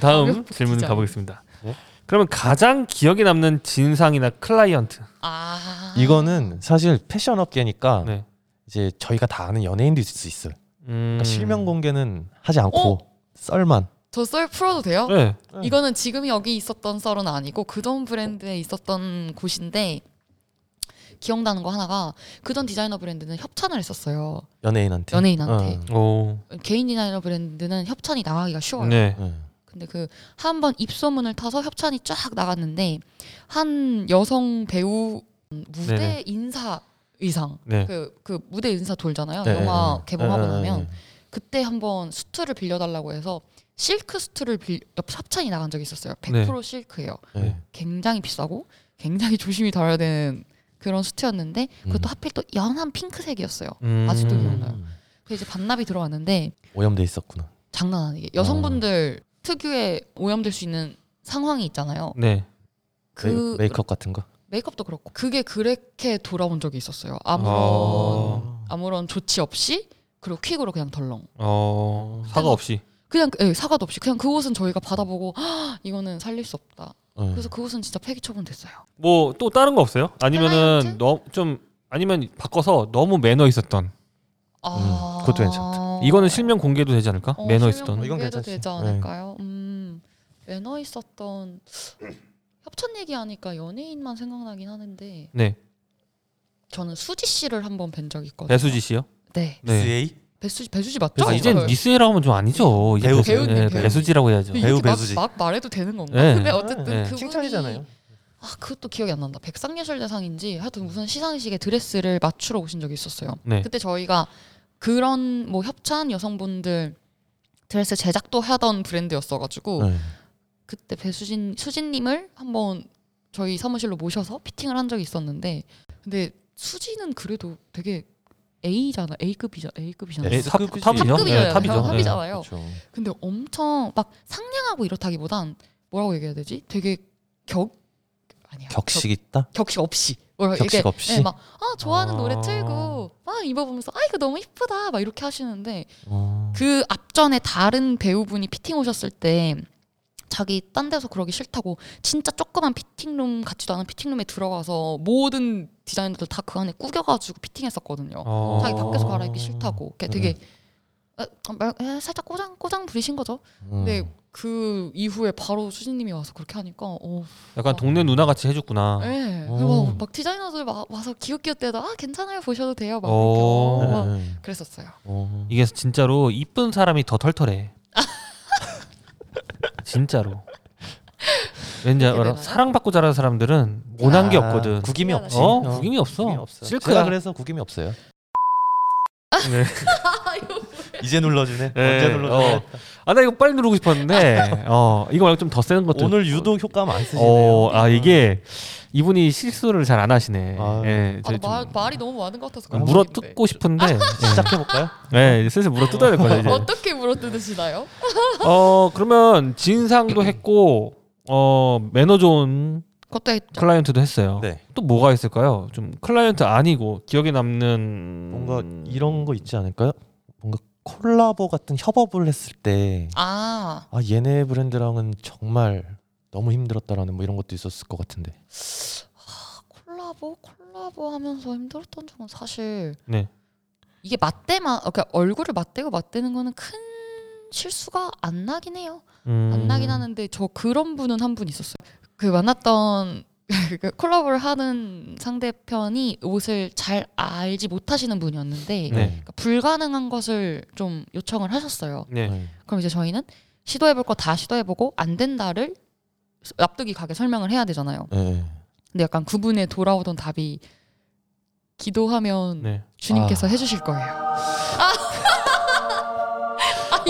Speaker 1: 다음
Speaker 3: 어려운
Speaker 1: 질문
Speaker 3: 디자인.
Speaker 1: 가보겠습니다
Speaker 2: 네?
Speaker 1: 그러면 가장 기억에 남는 진상이나 클라이언트
Speaker 3: 아
Speaker 2: 이거는 사실 패션 업계니까
Speaker 1: 네.
Speaker 2: 이제 저희가 다 아는 연예인도 있을 수 있어요
Speaker 1: 음.
Speaker 2: 그러니까 실명 공개는 하지
Speaker 3: 어?
Speaker 2: 않고 썰만
Speaker 3: 저썰 풀어도 돼요?
Speaker 1: 네.
Speaker 2: 네.
Speaker 3: 이거는 지금 여기 있었던 썰은 아니고 그전 브랜드에 있었던 곳인데 기억나는 거 하나가 그전 디자이너 브랜드는 협찬을 했었어요.
Speaker 2: 연예인한테 어.
Speaker 3: 연예인한테.
Speaker 1: 오.
Speaker 3: 개인 디자이너 브랜드는 협찬이 나가기가 쉬워요.
Speaker 1: 네.
Speaker 2: 어, 예.
Speaker 3: 근데 그 한 번 입소문을 타서 협찬이 쫙 나갔는데 한 여성 배우 무대
Speaker 1: 네네.
Speaker 3: 인사 의상
Speaker 1: 네.
Speaker 3: 그 그 무대 인사 돌잖아요.
Speaker 2: 네,
Speaker 3: 영화
Speaker 2: 네.
Speaker 3: 개봉하고
Speaker 2: 네, 네,
Speaker 3: 나면
Speaker 2: 네.
Speaker 3: 그때 한번 수트를 빌려달라고 해서 실크 수트를 빌 협찬이 나간 적이 있었어요. 100%
Speaker 2: 네.
Speaker 3: 실크예요.
Speaker 2: 예.
Speaker 1: 네.
Speaker 3: 굉장히 비싸고 굉장히 조심히 다뤄야 되는 그런 수트였는데
Speaker 2: 음.
Speaker 3: 그것도 하필 또 연한 핑크색이었어요.
Speaker 1: 음.
Speaker 3: 그 아직도 기억나요.
Speaker 2: 음.
Speaker 3: 그래서 이제 반납이 들어왔는데
Speaker 2: 오염돼 있었구나
Speaker 3: 장난 아니게
Speaker 2: 어.
Speaker 3: 여성분들 특유의 오염될 수 있는 상황이 있잖아요.
Speaker 1: 네.
Speaker 3: 그
Speaker 2: 메, 이크업 같은 거
Speaker 3: 메이크업도 그렇고 그게 그렇게 돌아온 적이 있었어요.
Speaker 1: 아.
Speaker 3: 아무런 아무런 조치 없이 그리고 퀵으로 그냥 덜렁.
Speaker 1: 어. 사과 없이.
Speaker 3: 그냥 예, 사과도 없이 그냥 그 옷은 저희가 받아보고 "헉, 이거는 살릴 수 없다.
Speaker 1: 음.
Speaker 2: 예.
Speaker 3: 그래서 그 옷은 진짜 폐기 처분됐어요.
Speaker 1: 뭐 또 다른 거 없어요? 아니면은
Speaker 3: 클라이언트?
Speaker 1: 너좀 아니면 바꿔서 너무 매너 있었던.
Speaker 3: 아...
Speaker 2: 그것도 괜찮다.
Speaker 1: 이거는 실명 공개도 되지 않을까?
Speaker 3: 어,
Speaker 1: 매너
Speaker 3: 실명
Speaker 1: 있었던.
Speaker 2: 이건
Speaker 3: 공개도
Speaker 2: 괜찮지.
Speaker 3: 되지
Speaker 2: 네.
Speaker 3: 않을까요? 음 매너 있었던 협찬 얘기하니까 연예인만 생각나긴 하는데
Speaker 1: 네.
Speaker 3: 저는 수지 씨를 한 번 뵌 적이 있거든요.
Speaker 1: 배수지 씨요?
Speaker 3: 네
Speaker 1: 네.
Speaker 2: CA?
Speaker 3: 배수지 배수지 맞죠?
Speaker 1: 아, 이제
Speaker 3: 이걸?
Speaker 1: 미스라고 하면 좀 아니죠. 이제
Speaker 2: 배우,
Speaker 1: 배수-
Speaker 3: 배우님,
Speaker 1: 예,
Speaker 3: 배우님.
Speaker 1: 배수지라고 해야죠.
Speaker 3: 이게
Speaker 2: 네. 배우
Speaker 3: 막-
Speaker 2: 배수지.
Speaker 3: 막, 말해도 되는 건가?
Speaker 1: 네.
Speaker 3: 근데 어쨌든
Speaker 2: 네.
Speaker 3: 그분이
Speaker 2: 칭찬이잖아요
Speaker 3: 아 그것도 기억이 안 난다. 백상예술대상인지 하여튼 무슨 시상식에 드레스를 맞추러 오신 적이 있었어요.
Speaker 1: 네.
Speaker 3: 그때 저희가 그런 뭐 협찬 여성분들 드레스 제작도 하던 브랜드였어가지고
Speaker 2: 예.
Speaker 3: 그때 배수진 수진님을 한번 저희 사무실로 모셔서 피팅을 한 적이 있었는데 근데 수진은 그래도 되게 A잖아 A급이자 A급이잖아요.
Speaker 1: 예,
Speaker 2: 네.
Speaker 1: 탑,
Speaker 2: S급이지.
Speaker 1: 탑이죠.
Speaker 3: 탑급이잖아요.
Speaker 1: 예, 탑이죠.
Speaker 4: 네.
Speaker 3: 탑-
Speaker 1: 예.
Speaker 3: 탑이죠. 네. 나와요.
Speaker 2: 그렇죠.
Speaker 3: 근데 엄청 막 상냥하고 이렇다기보단 뭐라고 얘기해야 되지? 되게 격 아니야
Speaker 2: 격식 있다?
Speaker 3: 격, 식 없이 뭐라
Speaker 2: 격식
Speaker 3: 이게
Speaker 2: 없이?
Speaker 3: 네, 막아 좋아하는
Speaker 1: 아.
Speaker 3: 노래 틀고 막 입어보면서 아 이거 너무 이쁘다 막 이렇게 하시는데
Speaker 2: 어.
Speaker 3: 그 앞전에 다른 배우분이 피팅 오셨을 때 자기 딴 데서 그러기 싫다고 진짜 조그만 피팅룸 같지도 않은 피팅룸에 들어가서 모든 디자이너들 다 그 안에 꾸겨가지고 피팅했었거든요.
Speaker 1: 어. 네.
Speaker 3: 자기 밖에서 갈아입기 싫다고. 그게 되게 에, 어, 말- 에, 살짝 꼬장 꼬장 부리신 거죠.
Speaker 1: 어.
Speaker 2: 음.
Speaker 3: 근데 그 이후에 바로 수진님이 와서 그렇게 하니까 어,
Speaker 1: 약간 동네 누나 같이 해줬구나.
Speaker 3: 예.
Speaker 2: 어.
Speaker 3: 그리고 막, 막 디자이너들 막 와서 기웃기웃대다. 아 괜찮아요 보셔도 돼요. 막
Speaker 1: 어.
Speaker 3: 이렇게 막 네.
Speaker 2: 예, 예.
Speaker 3: 그랬었어요. 아,
Speaker 2: 어.
Speaker 1: 이게 진짜로 이쁜 사람이 더 털털해. 진짜로. 왠지
Speaker 3: 그렇게
Speaker 1: 알아?
Speaker 3: 되나요?
Speaker 1: 사랑받고 자란 사람들은 모난 게
Speaker 2: 아,
Speaker 1: 없거든.
Speaker 2: 구김이 없지.
Speaker 1: 어, 구김이 없어.
Speaker 2: 구김이 없어.
Speaker 1: 실크야.
Speaker 2: 제가 그래서 구김이 없어요.
Speaker 1: 네.
Speaker 3: 아 이거 뭐야?
Speaker 4: 이제 눌러주네.
Speaker 1: 네.
Speaker 4: 언제 눌러주네.
Speaker 1: 어. 아, 나 이거 빨리 누르고 싶었는데, 어, 이거 말고 좀 더 센 것도.
Speaker 4: 오늘 유독 효과음 안 쓰시네요.
Speaker 1: 어, 아, 이게 이분이 실수를 잘 안 하시네.
Speaker 4: 아유.
Speaker 1: 예,
Speaker 3: 아,
Speaker 1: 저희
Speaker 3: 나
Speaker 1: 좀
Speaker 3: 말, 말이 너무 많은 것 같아서
Speaker 1: 물어
Speaker 3: 깜짝인데. 아,
Speaker 1: 뜯고 싶은데,
Speaker 2: 네.
Speaker 4: 시작해 볼까요?
Speaker 1: 예, 예, 이제 슬슬 물어 뜯어야 될 거예요, 이제.
Speaker 3: 어떻게 물어 뜯으시나요?
Speaker 1: 어, 그러면 진상도 했고, 어, 매너 좋은
Speaker 3: 그것도 했죠.
Speaker 1: 클라이언트도 했어요.
Speaker 4: 네.
Speaker 1: 또 뭐가 있을까요? 좀 클라이언트 아니고 기억에 남는
Speaker 2: 뭔가 이런 거 있지 않을까요? 뭔가 콜라보 같은 협업을 했을 때
Speaker 3: 아,
Speaker 2: 아 얘네 브랜드랑은 정말 너무 힘들었다라는 뭐 이런 것도 있었을 것 같은데
Speaker 3: 콜라보 콜라보 하면서 힘들었던 적은 사실
Speaker 1: 네.
Speaker 3: 이게 맞대만 그러니까 얼굴을 맞대고 맞대는 거는 큰 실수가 안 나긴 해요.
Speaker 1: 음.
Speaker 3: 안 나긴 하는데 저 그런 분은 한 분 있었어요. 그 만났던 그 콜라보를 하는 상대편이 옷을 잘 알지 못하시는 분이었는데
Speaker 1: 네.
Speaker 3: 그러니까 불가능한 것을 좀 요청을 하셨어요.
Speaker 1: 네.
Speaker 3: 그럼 이제 저희는 시도해볼 거 다 시도해보고 안 된다를 납득이 가게 설명을 해야 되잖아요.
Speaker 2: 네.
Speaker 3: 근데 약간 그분의 돌아오던 답이 기도하면
Speaker 1: 네.
Speaker 3: 주님께서
Speaker 2: 아.
Speaker 3: 해주실 거예요.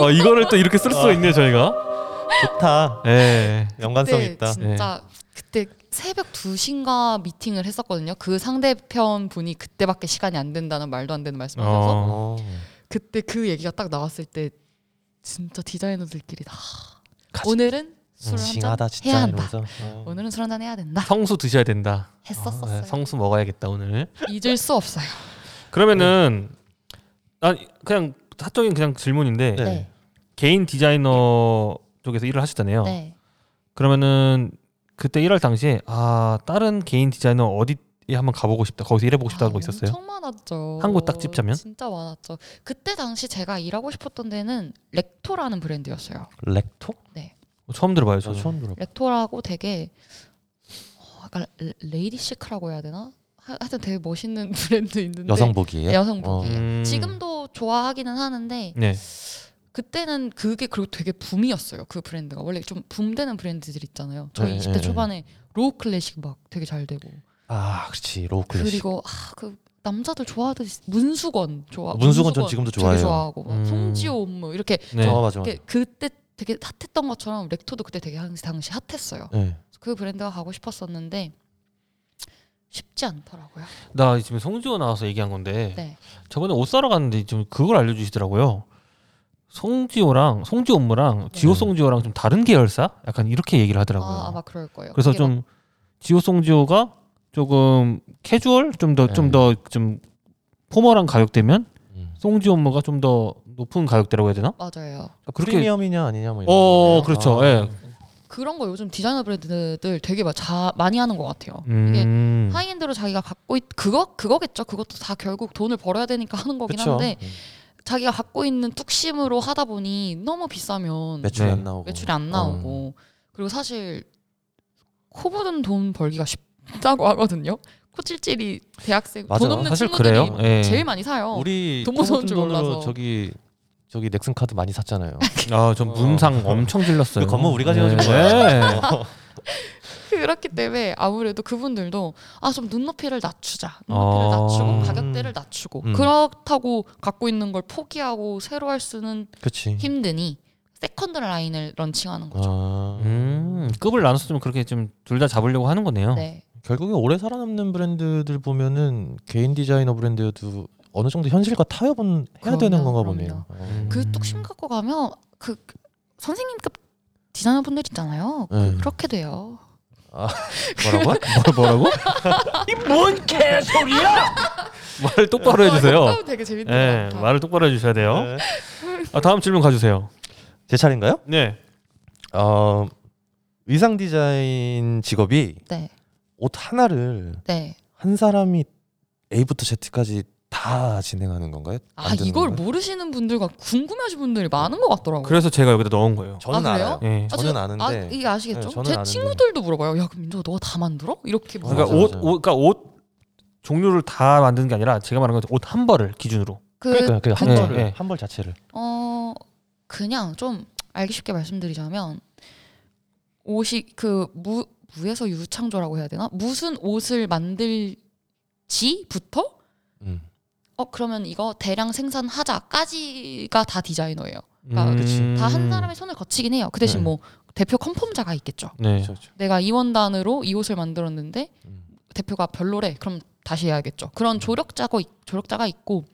Speaker 1: 어, 이거를 또 이렇게 쓸 수
Speaker 4: 아.
Speaker 1: 있네 저희가.
Speaker 4: 좋다.
Speaker 1: 예.
Speaker 4: 연관성
Speaker 3: 그때
Speaker 4: 있다.
Speaker 3: 네, 진짜 그때 새벽 2시인가 미팅을 했었거든요. 그 상대편 분이 그때밖에 시간이 안 된다는 말도 안 되는 말씀을 하셔서
Speaker 1: 어.
Speaker 2: 어.
Speaker 3: 그때 그 얘기가 딱 나왔을 때 진짜 디자이너들끼리 다
Speaker 2: 가자.
Speaker 3: 오늘은 술 한잔
Speaker 2: 징하다
Speaker 3: 해야
Speaker 2: 진짜
Speaker 3: 한다.
Speaker 2: 이러면서 어.
Speaker 3: 오늘은 술 한잔 해야 된다
Speaker 1: 성수 드셔야 된다.
Speaker 3: 했었었어요.
Speaker 1: 아, 네, 성수 먹어야겠다 오늘.
Speaker 3: 잊을 수 없어요.
Speaker 1: 그러면은 아 그냥 사적인 그냥 질문인데
Speaker 4: 네.
Speaker 3: 네.
Speaker 1: 개인 디자이너 쪽에서 일을 하셨잖아요.
Speaker 3: 네.
Speaker 1: 그러면은 그때 일할 당시에 아 다른 개인 디자이너 어디에 한번 가보고 싶다. 거기서 일해보고 싶다는
Speaker 3: 아,
Speaker 1: 거 있었어요?
Speaker 3: 엄청 많았죠.
Speaker 1: 한곳딱 집자면?
Speaker 3: 진짜 많았죠. 그때 당시 제가 일하고 싶었던 데는 렉토라는 브랜드였어요.
Speaker 2: 렉토?
Speaker 1: 처음 들어봐요.
Speaker 2: 저
Speaker 1: 저는.
Speaker 2: 처음 들어.
Speaker 3: 렉토라고 되게 어, 약간 레- 레이디시크라고 해야 되나? 하- 하여튼 되게 멋있는 브랜드 있는데
Speaker 2: 여성복이에요.
Speaker 3: 네. 여성복이에요.
Speaker 1: 음.
Speaker 3: 지금도 좋아하기는 하는데
Speaker 1: 네.
Speaker 3: 그때는 그게 그리고 되게 붐이었어요. 그 브랜드가 원래 좀 붐되는 브랜드들 있잖아요. 저희
Speaker 2: 네,
Speaker 3: 20대
Speaker 2: 네, 네.
Speaker 3: 초반에 로우 클래식 막 되게 잘 되고
Speaker 2: 아, 그렇지. 로우 클래식.
Speaker 3: 그리고 아, 그 남자들 좋아하듯이 문수건 좋아.
Speaker 2: 문수건 전 지금도
Speaker 3: 되게
Speaker 2: 좋아해요.
Speaker 3: 좋아하고 막
Speaker 1: 음.
Speaker 3: 송지호 뭐 이렇게
Speaker 1: 네.
Speaker 2: 아, 맞아. 맞아.
Speaker 3: 이렇게 그때 되게 핫했던 것처럼 렉토도 그때 되게 당시, 당시 핫했어요.
Speaker 2: 네.
Speaker 3: 그 브랜드가 가고 싶었었는데 쉽지 않더라고요.
Speaker 1: 나 지금 송지호 나와서 얘기한 건데
Speaker 3: 네.
Speaker 1: 저번에 옷 사러 갔는데 좀 그걸 알려주시더라고요. 송지호랑 송지호 엄마랑 지호
Speaker 2: 네.
Speaker 1: 송지호랑 좀 다른 계열사? 약간 이렇게 얘기를 하더라고요.
Speaker 3: 아, 아마 그럴 거예요.
Speaker 1: 그래서
Speaker 3: 그게 막
Speaker 1: 좀 지호 송지호가 조금 캐주얼 좀 더 좀
Speaker 2: 네.
Speaker 1: 더 좀 포멀한 가격대면
Speaker 2: 음.
Speaker 1: 송지호 엄마가 좀 더 높은 가격대라고 해야 되나?
Speaker 3: 맞아요.
Speaker 1: 그렇게-
Speaker 2: 프리미엄이냐 아니냐 뭐
Speaker 1: 어
Speaker 2: 이런 거네요.
Speaker 1: 그렇죠.
Speaker 2: 아.
Speaker 1: 예.
Speaker 3: 그런 거 요즘 디자이너 브랜드들 되게 막 자, 많이 하는 것 같아요.
Speaker 1: 음.
Speaker 3: 하이엔드로 자기가 갖고 있 그거 그거겠죠. 그것도 다 결국 돈을 벌어야 되니까 하는 거긴
Speaker 2: 그쵸.
Speaker 3: 한데
Speaker 2: 음.
Speaker 3: 자기가 갖고 있는 뚝심으로 하다 보니 너무 비싸면
Speaker 2: 매출이
Speaker 1: 네.
Speaker 2: 안 나오고.
Speaker 3: 매출이 안 나오고 그리고 사실 코보는 돈 벌기가 쉽다고 하거든요. 코찔찔이 대학생
Speaker 2: 맞아.
Speaker 3: 돈 없는
Speaker 1: 사실
Speaker 3: 친구들이
Speaker 1: 그래요. 예.
Speaker 3: 제일 많이 사요.
Speaker 2: 우리
Speaker 3: 돈 모아서
Speaker 2: 조금
Speaker 3: 줄
Speaker 2: 돈으로
Speaker 3: 몰라서.
Speaker 2: 저기 저기 넥슨 카드 많이 샀잖아요.
Speaker 1: 아전 문상
Speaker 2: 어.
Speaker 1: 엄청 질렀어요.
Speaker 4: 그 건물 우리가 지어준
Speaker 1: 네.
Speaker 4: 거예요.
Speaker 3: 그렇기 때문에 아무래도 그분들도 아 좀 눈높이를 낮추자. 눈높이를
Speaker 1: 아.
Speaker 3: 낮추고 가격대를 낮추고
Speaker 1: 음.
Speaker 3: 그렇다고 갖고 있는 걸 포기하고 새로 할 수는
Speaker 2: 그렇지.
Speaker 3: 힘드니 세컨드 라인을 런칭하는 거죠.
Speaker 2: 아.
Speaker 1: 음, 급을 나눠서 좀 그렇게 좀 둘 다 잡으려고 하는 거네요.
Speaker 3: 네.
Speaker 2: 결국에 오래 살아남는 브랜드들 보면은 개인 디자이너 브랜드여도 어느 정도 현실과 타협은 해야
Speaker 3: 그럼요,
Speaker 2: 되는 건가
Speaker 3: 그럼요.
Speaker 2: 보네요. 어.
Speaker 3: 그
Speaker 1: 음.
Speaker 3: 뚝심 갖고 가면 그 선생님급 디자이너분들 있잖아요. 그-
Speaker 2: 네.
Speaker 3: 그렇게 돼요.
Speaker 2: 아, 뭐라고?
Speaker 1: 뭐라고?
Speaker 4: 뭔 개소리야?
Speaker 1: 말을 똑바로 해주세요.
Speaker 3: 그거 아, 되게 재밌는
Speaker 1: 네,
Speaker 3: 것 같아요.
Speaker 1: 말을 똑바로 해주셔야 돼요. 아, 다음 질문 가주세요.
Speaker 2: 제 차례인가요?
Speaker 1: 네.
Speaker 2: 어, 의상 디자인 직업이
Speaker 3: 네,
Speaker 2: 옷 하나를
Speaker 3: 네.
Speaker 2: 한 사람이 A부터 Z까지 다 진행하는 건가요?
Speaker 3: 아
Speaker 2: 만드는
Speaker 3: 이걸
Speaker 2: 건가요?
Speaker 3: 모르시는 분들과 궁금해하신 분들이 많은 것 같더라고요.
Speaker 1: 그래서 제가 여기다 넣은 거예요.
Speaker 2: 저는
Speaker 3: 아, 그래요?
Speaker 2: 알아요.
Speaker 1: 예.
Speaker 3: 아,
Speaker 2: 저는
Speaker 3: 저-
Speaker 2: 아는데
Speaker 3: 아, 이게
Speaker 2: 네,
Speaker 3: 아시겠죠?
Speaker 2: 저는
Speaker 3: 제
Speaker 2: 아는데.
Speaker 3: 친구들도 물어봐요. 야, 그럼 민주가 너가 다 만들어? 이렇게 물어.
Speaker 1: 그러니까
Speaker 2: 맞아,
Speaker 1: 옷,
Speaker 2: 맞아.
Speaker 1: 옷, 그러니까 옷 종류를 다 만드는 게 아니라 제가 말한 건 옷 한 벌을 기준으로.
Speaker 3: 그
Speaker 2: 그러니까 그
Speaker 1: 네,
Speaker 2: 한벌을
Speaker 1: 네.
Speaker 2: 한벌 자체를
Speaker 3: 어 그냥 좀 알기 쉽게 말씀드리자면 옷이 그 무 무에서 유창조라고 해야 되나? 무슨 옷을 만들지부터
Speaker 2: 음.
Speaker 3: 어 그러면 이거 대량 생산하자까지가 다 디자이너예요.
Speaker 1: 음.
Speaker 3: 그러니까
Speaker 2: 그치.
Speaker 3: 다 한 사람의 손을 거치긴 해요. 그 대신
Speaker 1: 네.
Speaker 3: 뭐 대표 컨펌자가 있겠죠.
Speaker 1: 네.
Speaker 2: 그렇죠.
Speaker 3: 내가 이 원단으로 이 옷을 만들었는데
Speaker 2: 음.
Speaker 3: 대표가 별로래. 그럼 다시 해야겠죠. 그런 조력자가 있- 조력자가 있고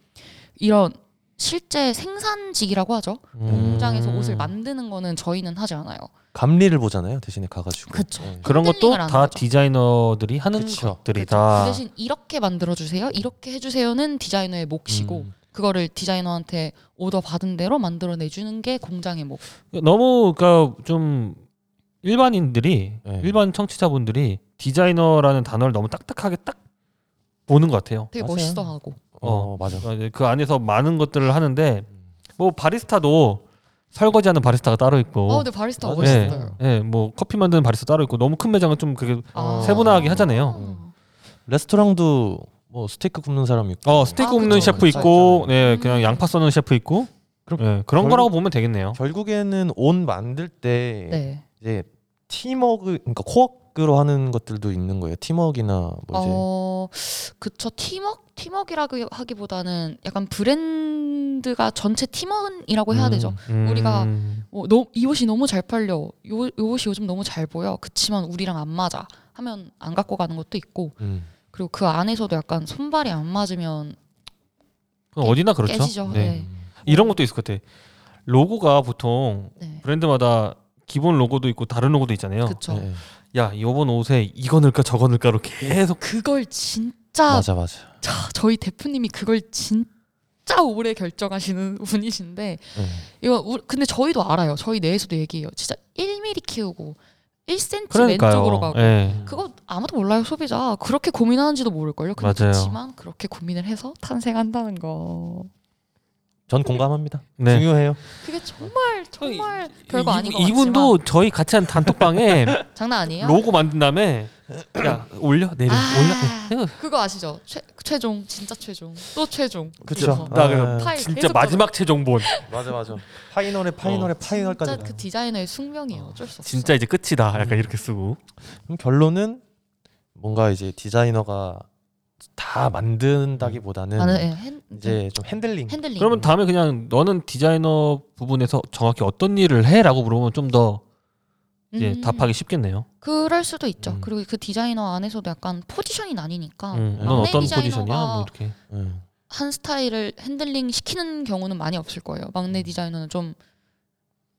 Speaker 3: 이런 실제 생산직이라고 하죠.
Speaker 2: 음.
Speaker 3: 공장에서 옷을 만드는 거는 저희는 하지 않아요.
Speaker 2: 감리를 보잖아요. 대신에 가가지고.
Speaker 3: 그렇죠. 그쵸.
Speaker 2: 네.
Speaker 1: 그런 것도
Speaker 3: 핸들링을 하는
Speaker 1: 다
Speaker 3: 거죠.
Speaker 1: 디자이너들이 하는
Speaker 2: 그쵸.
Speaker 1: 것들이다.
Speaker 3: 그 대신 이렇게 만들어 주세요. 이렇게 해 주세요는 디자이너의 몫이고
Speaker 2: 음.
Speaker 3: 그거를 디자이너한테 오더 받은 대로 만들어 내주는 게 공장의 몫.
Speaker 1: 너무 그러니까 좀 일반인들이
Speaker 2: 네.
Speaker 1: 일반 청취자분들이 디자이너라는 단어를 너무 딱딱하게 딱 보는 것 같아요.
Speaker 3: 되게
Speaker 2: 맞아요.
Speaker 3: 멋있어하고
Speaker 2: 어, 맞아.
Speaker 1: 어, 이제 그 안에서 많은 것들을 하는데
Speaker 3: 음.
Speaker 1: 뭐 바리스타도 설거지하는 바리스타가 따로 있고
Speaker 3: 아, 근데 바리스타
Speaker 2: 맞아요. 네.
Speaker 3: 멋있어요.
Speaker 1: 예, 뭐 커피 만드는 바리스타 따로 있고 너무 큰 매장은 좀 그게
Speaker 3: 아.
Speaker 1: 세분화하게
Speaker 2: 어.
Speaker 1: 하잖아요.
Speaker 3: 아.
Speaker 2: 레스토랑도 뭐 스테이크 굽는 사람 있고.
Speaker 1: 어 스테이크
Speaker 3: 아,
Speaker 1: 굽는
Speaker 3: 그쵸,
Speaker 1: 셰프
Speaker 2: 그쵸,
Speaker 1: 있고,
Speaker 2: 있잖아요.
Speaker 1: 네,
Speaker 3: 음.
Speaker 1: 그냥 양파 써는 셰프 있고,
Speaker 2: 그럼
Speaker 1: 예, 그런
Speaker 2: 결국-
Speaker 1: 거라고 보면 되겠네요.
Speaker 2: 결국에는 옷 만들 때
Speaker 3: 네.
Speaker 2: 이제 팀워크 그러니까 코어크로 하는 것들도 있는 거예요. 팀워크나 뭐 이제
Speaker 3: 어, 그쵸. 팀워크? 팀워크라고 하기보다는 약간 브랜드가 전체 팀원이라고 해야
Speaker 2: 음.
Speaker 3: 되죠.
Speaker 1: 음.
Speaker 3: 우리가 어, 너, 이 옷이 너무 잘 팔려. 요, 요 옷이 요즘 너무 잘 보여. 그치만 우리랑 안 맞아. 하면 안 갖고 가는 것도 있고
Speaker 2: 음.
Speaker 3: 그리고 그 안에서도 약간 손발이 안 맞으면
Speaker 1: 그건 어디나 그렇죠.
Speaker 3: 깨지죠.
Speaker 1: 네.
Speaker 3: 네.
Speaker 1: 이런 것도 있을 것 같아. 로고가 보통
Speaker 3: 네.
Speaker 1: 브랜드마다 기본 로고도 있고 다른 로고도 있잖아요.
Speaker 3: 그쵸.
Speaker 2: 네.
Speaker 1: 야, 이번 옷에 이거 넣을까 저거 넣을까로 계속
Speaker 3: 어, 그걸 진짜
Speaker 2: 맞아 맞아.
Speaker 3: 자, 저희 대표님이 그걸 진짜 오래 결정하시는 분이신데
Speaker 2: 네.
Speaker 3: 이거 우- 근데 저희도 알아요. 저희 내에서도 얘기해요. 진짜 1mm 키우고 1cm
Speaker 1: 그러니까요.
Speaker 3: 왼쪽으로 가고
Speaker 1: 예.
Speaker 3: 그거 아무도 몰라요 소비자 그렇게 고민하는지도 모를걸요 근데
Speaker 1: 맞아요.
Speaker 3: 그렇지만 그렇게 고민을 해서 탄생한다는 거
Speaker 2: 전 공감합니다.
Speaker 1: 네.
Speaker 2: 중요해요.
Speaker 3: 그게 정말 정말 별거
Speaker 1: 이-
Speaker 3: 아닌 것
Speaker 1: 이분도 저희 같이 한 단톡방에
Speaker 3: 같지만 장난 아니에요?
Speaker 1: 로고 만든 다음에 야 올려 내려
Speaker 3: 아,
Speaker 1: 올려.
Speaker 3: 그거 아시죠? 최, 최종 진짜 최종 또 최종
Speaker 2: 그쵸.
Speaker 1: 나
Speaker 2: 아,
Speaker 1: 그래서
Speaker 3: 파일
Speaker 1: 진짜
Speaker 3: 계속
Speaker 1: 마지막 최종본.
Speaker 2: 맞아 맞아. 파이널에 파이널에 파이널까지.
Speaker 3: 진짜 그 디자이너의 숙명이에요 어쩔 수 없어
Speaker 1: 진짜 이제 끝이다.
Speaker 3: 음.
Speaker 1: 약간 이렇게 쓰고.
Speaker 2: 그럼 결론은 뭔가 이제 디자이너가 다 만든다기보다는
Speaker 3: 나는 예, 핸,
Speaker 2: 이제 좀 핸들링.
Speaker 3: 핸들링
Speaker 1: 그러면 다음에 그냥 너는 디자이너 부분에서 정확히 어떤 일을 해라고 물어보면 좀 더 이제
Speaker 3: 음.
Speaker 1: 답하기 쉽겠네요.
Speaker 3: 그럴 수도 있죠.
Speaker 2: 음.
Speaker 3: 그리고 그 디자이너 안에서도 약간 포지션이 나뉘니까
Speaker 1: 음, 넌
Speaker 2: 막내
Speaker 1: 어떤
Speaker 3: 아, 디자이너가
Speaker 1: 포지션이야? 뭐 이렇게.
Speaker 2: 응.
Speaker 3: 한 스타일을 핸들링 시키는 경우는 많이 없을 거예요. 막내 디자이너는 좀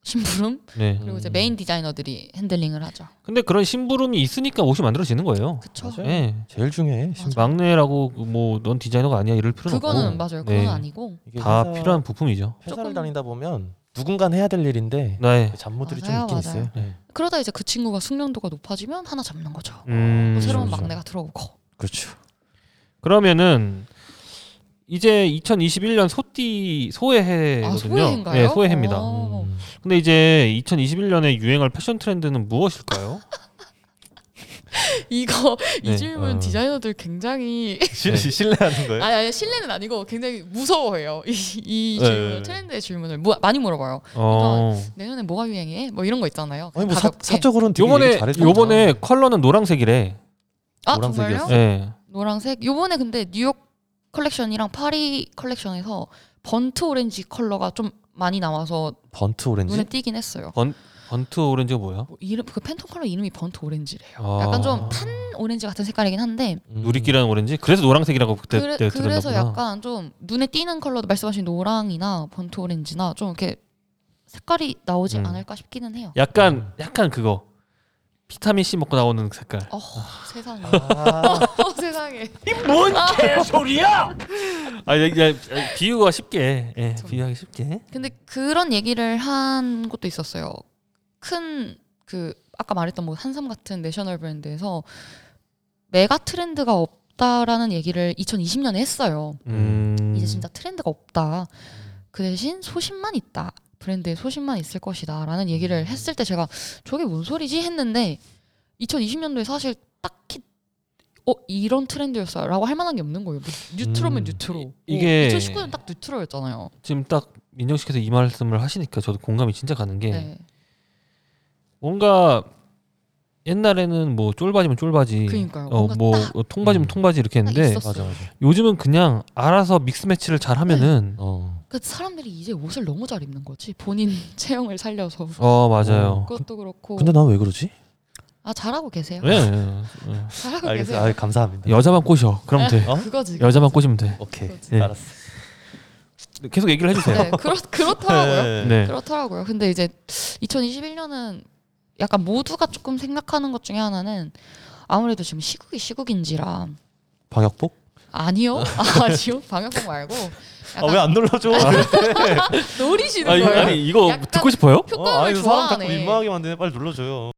Speaker 3: 심부름
Speaker 1: 네.
Speaker 3: 그리고 이제
Speaker 2: 음.
Speaker 3: 메인 디자이너들이 핸들링을 하죠.
Speaker 1: 근데 그런 심부름이 있으니까 옷이 만들어지는 거예요.
Speaker 3: 그쵸?
Speaker 2: 맞아요.
Speaker 1: 예.
Speaker 2: 제일 중요해. 심-
Speaker 1: 막내라고 뭐 넌 디자이너가 아니야 이럴 필요는
Speaker 3: 그거는
Speaker 1: 없고.
Speaker 3: 맞아요. 그건
Speaker 1: 네.
Speaker 3: 아니고
Speaker 2: 이게
Speaker 1: 다
Speaker 2: 회사-
Speaker 1: 필요한 부품이죠.
Speaker 2: 회사를
Speaker 3: 조금- 음.
Speaker 2: 다니다 보면 누군가 해야 될 일인데
Speaker 1: 네.
Speaker 2: 잡무들이
Speaker 3: 맞아요,
Speaker 2: 좀 있긴
Speaker 3: 맞아요.
Speaker 2: 있어요. 네.
Speaker 3: 그러다 이제 그 친구가 숙련도가 높아지면 하나 잡는 거죠.
Speaker 1: 음.
Speaker 3: 어, 또 새로운
Speaker 2: 그렇죠.
Speaker 3: 막내가 들어오고
Speaker 2: 그렇죠.
Speaker 1: 그러면은 이제 2021년 소띠 소해해거든요.
Speaker 3: 아, 소해인가요?
Speaker 1: 네, 소해해입니다.
Speaker 3: 어.
Speaker 2: 음.
Speaker 1: 근데 이제 2021년에 유행할 패션 트렌드는 무엇일까요?
Speaker 3: 이거
Speaker 1: 네.
Speaker 3: 이 질문
Speaker 2: 어.
Speaker 3: 디자이너들 굉장히
Speaker 4: 실- 실례하는 거예요?
Speaker 3: 아니, 아니 신뢰는 아니고 굉장히 무서워해요 이, 이
Speaker 1: 네,
Speaker 3: 질문
Speaker 1: 네.
Speaker 3: 을 트렌드의 질문을 무- 많이 물어봐요.
Speaker 1: 어.
Speaker 3: 내년에 뭐가 유행해? 뭐 이런 거 있잖아요.
Speaker 2: 아니 뭐 사,
Speaker 3: 가볍게.
Speaker 2: 사적으로는 되게
Speaker 1: 요번에
Speaker 2: 얘기 잘해줬잖아.
Speaker 1: 요번에 컬러는 노란색이래.
Speaker 3: 아
Speaker 2: 노란색이었어요.
Speaker 3: 정말요?
Speaker 1: 예. 네.
Speaker 3: 노란색. 요번에 근데 뉴욕 컬렉션이랑 파리 컬렉션에서 번트 오렌지 컬러가 좀 많이 나와서
Speaker 2: 번트 오렌지.
Speaker 3: 눈에 띄긴 했어요.
Speaker 1: 번트 오렌지가 뭐야?
Speaker 3: 뭐 이름 그 팬톤 컬러 이름이 번트 오렌지래요.
Speaker 1: 아.
Speaker 3: 약간 좀 탄 오렌지 같은 색깔이긴 한데
Speaker 2: 음.
Speaker 1: 누리끼라는 오렌지? 그래서 노란색이라고
Speaker 2: 네,
Speaker 1: 그때
Speaker 3: 그래,
Speaker 1: 그때 들었나
Speaker 3: 그래서
Speaker 1: 보다.
Speaker 3: 약간 좀 눈에 띄는 컬러도 말씀하신 노랑이나 번트 오렌지나 좀 이렇게 색깔이 나오지
Speaker 1: 음.
Speaker 3: 않을까 싶기는 해요.
Speaker 1: 약간 약간 그거 비타민 C 먹고 나오는 색깔.
Speaker 3: 어 세상에.
Speaker 2: 아,
Speaker 3: 어 세상에. 아.
Speaker 4: 이뭔 개소리야?
Speaker 1: 아 이제- 이제 비유가 쉽게 예,
Speaker 3: 좀-
Speaker 1: 비유하기 쉽게.
Speaker 3: 근데 그런 얘기를 한 것도 있었어요. 큰 그 아까 말했던 뭐 한삼 같은 내셔널 브랜드에서 메가 트렌드가 없다라는 얘기를 2020년에 했어요.
Speaker 1: 음.
Speaker 3: 이제 진짜 트렌드가 없다. 그 대신 소신만 있다. 브랜드에 소신만 있을 것이다라는 얘기를 했을 때 제가 저게 뭔 소리지 했는데 2020년도에 사실 딱히 어 이런 트렌드였어요라고 할 만한 게 없는 거예요. 뭐 뉴트로면
Speaker 2: 음.
Speaker 3: 뉴트로.
Speaker 1: 이- 이게-
Speaker 3: 2019년 딱 뉴트로였잖아요.
Speaker 1: 지금 딱 민정씨께서 이 예. 말씀을 하시니까 저도 공감이 진짜 가는 게
Speaker 3: 네.
Speaker 1: 뭔가 옛날에는 뭐 쫄바지면 쫄바지,
Speaker 3: 그러니까요.
Speaker 1: 어,
Speaker 3: 아, 뭔가
Speaker 1: 뭐
Speaker 3: 딱-
Speaker 1: 어, 통바지면
Speaker 2: 음.
Speaker 1: 통바지 이렇게 했는데
Speaker 3: 있었어.
Speaker 2: 맞아 맞아.
Speaker 1: 요즘은 그냥 알아서 믹스 매치를 잘 하면은
Speaker 2: 어.
Speaker 3: 그러니까 사람들이 이제 옷을 너무 잘 입는 거지. 본인 체형을 살려서.
Speaker 1: 어 맞아요.
Speaker 3: 그것도 그렇고.
Speaker 2: 근데 난 왜 그러지?
Speaker 3: 아 잘하고 계세요.
Speaker 1: 예, 예, 예.
Speaker 3: 잘하고
Speaker 2: 알겠어.
Speaker 3: 계세요.
Speaker 2: 아, 감사합니다.
Speaker 1: 여자만 꼬셔. 그럼 돼.
Speaker 3: 네.
Speaker 2: 어?
Speaker 3: 그거지.
Speaker 1: 여자만 꼬시면 돼.
Speaker 2: 오케이. 네.
Speaker 1: 예.
Speaker 2: 알았어.
Speaker 1: 계속 얘기를 해주세요.
Speaker 3: 네, 그렇 그렇더라고요.
Speaker 1: 네.
Speaker 3: 그렇더라고요. 근데 이제 2021년은 약간 모두가 조금 생각하는 것 중에 하나는 아무래도 지금 시국이 시국인지라
Speaker 2: 방역복?
Speaker 3: 아니요, 아니요, 방역복 말고 약간
Speaker 4: 아왜 안 눌러줘?
Speaker 3: 노리시는
Speaker 1: 아, 이-
Speaker 3: 거예요.
Speaker 1: 아니 이거
Speaker 3: 네. 약간-
Speaker 1: 듣고 싶어요?
Speaker 3: 효과음을
Speaker 4: 아, 이거 사람 자꾸
Speaker 3: 좋아하네.
Speaker 4: 민망하게 만드네. 빨리 눌러줘요.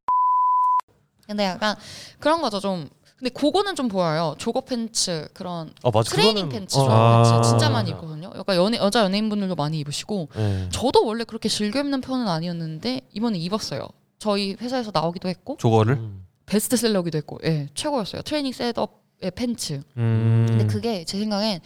Speaker 3: 근데 약간 그런 거죠 좀. 근데 그거는 좀 보여요. 조거 팬츠 그런
Speaker 2: 아 맞아.
Speaker 3: 트레이닝
Speaker 2: 그거는-
Speaker 3: 팬츠
Speaker 2: 어.
Speaker 3: 조거
Speaker 1: 아.
Speaker 3: 팬츠 진짜 많이
Speaker 2: 맞아.
Speaker 3: 입거든요. 약간 연예 여자 연예인분들도 많이 입으시고
Speaker 2: 예.
Speaker 3: 저도 원래 그렇게 즐겨 입는 편은 아니었는데 이번에 입었어요. 저희 회사에서 나오기도 했고
Speaker 1: 조거를.
Speaker 2: 음.
Speaker 3: 베스트셀러기도 했고 예 최고였어요. 트레이닝 셋업의 팬츠.
Speaker 1: 음.
Speaker 3: 근데 그게 제 생각엔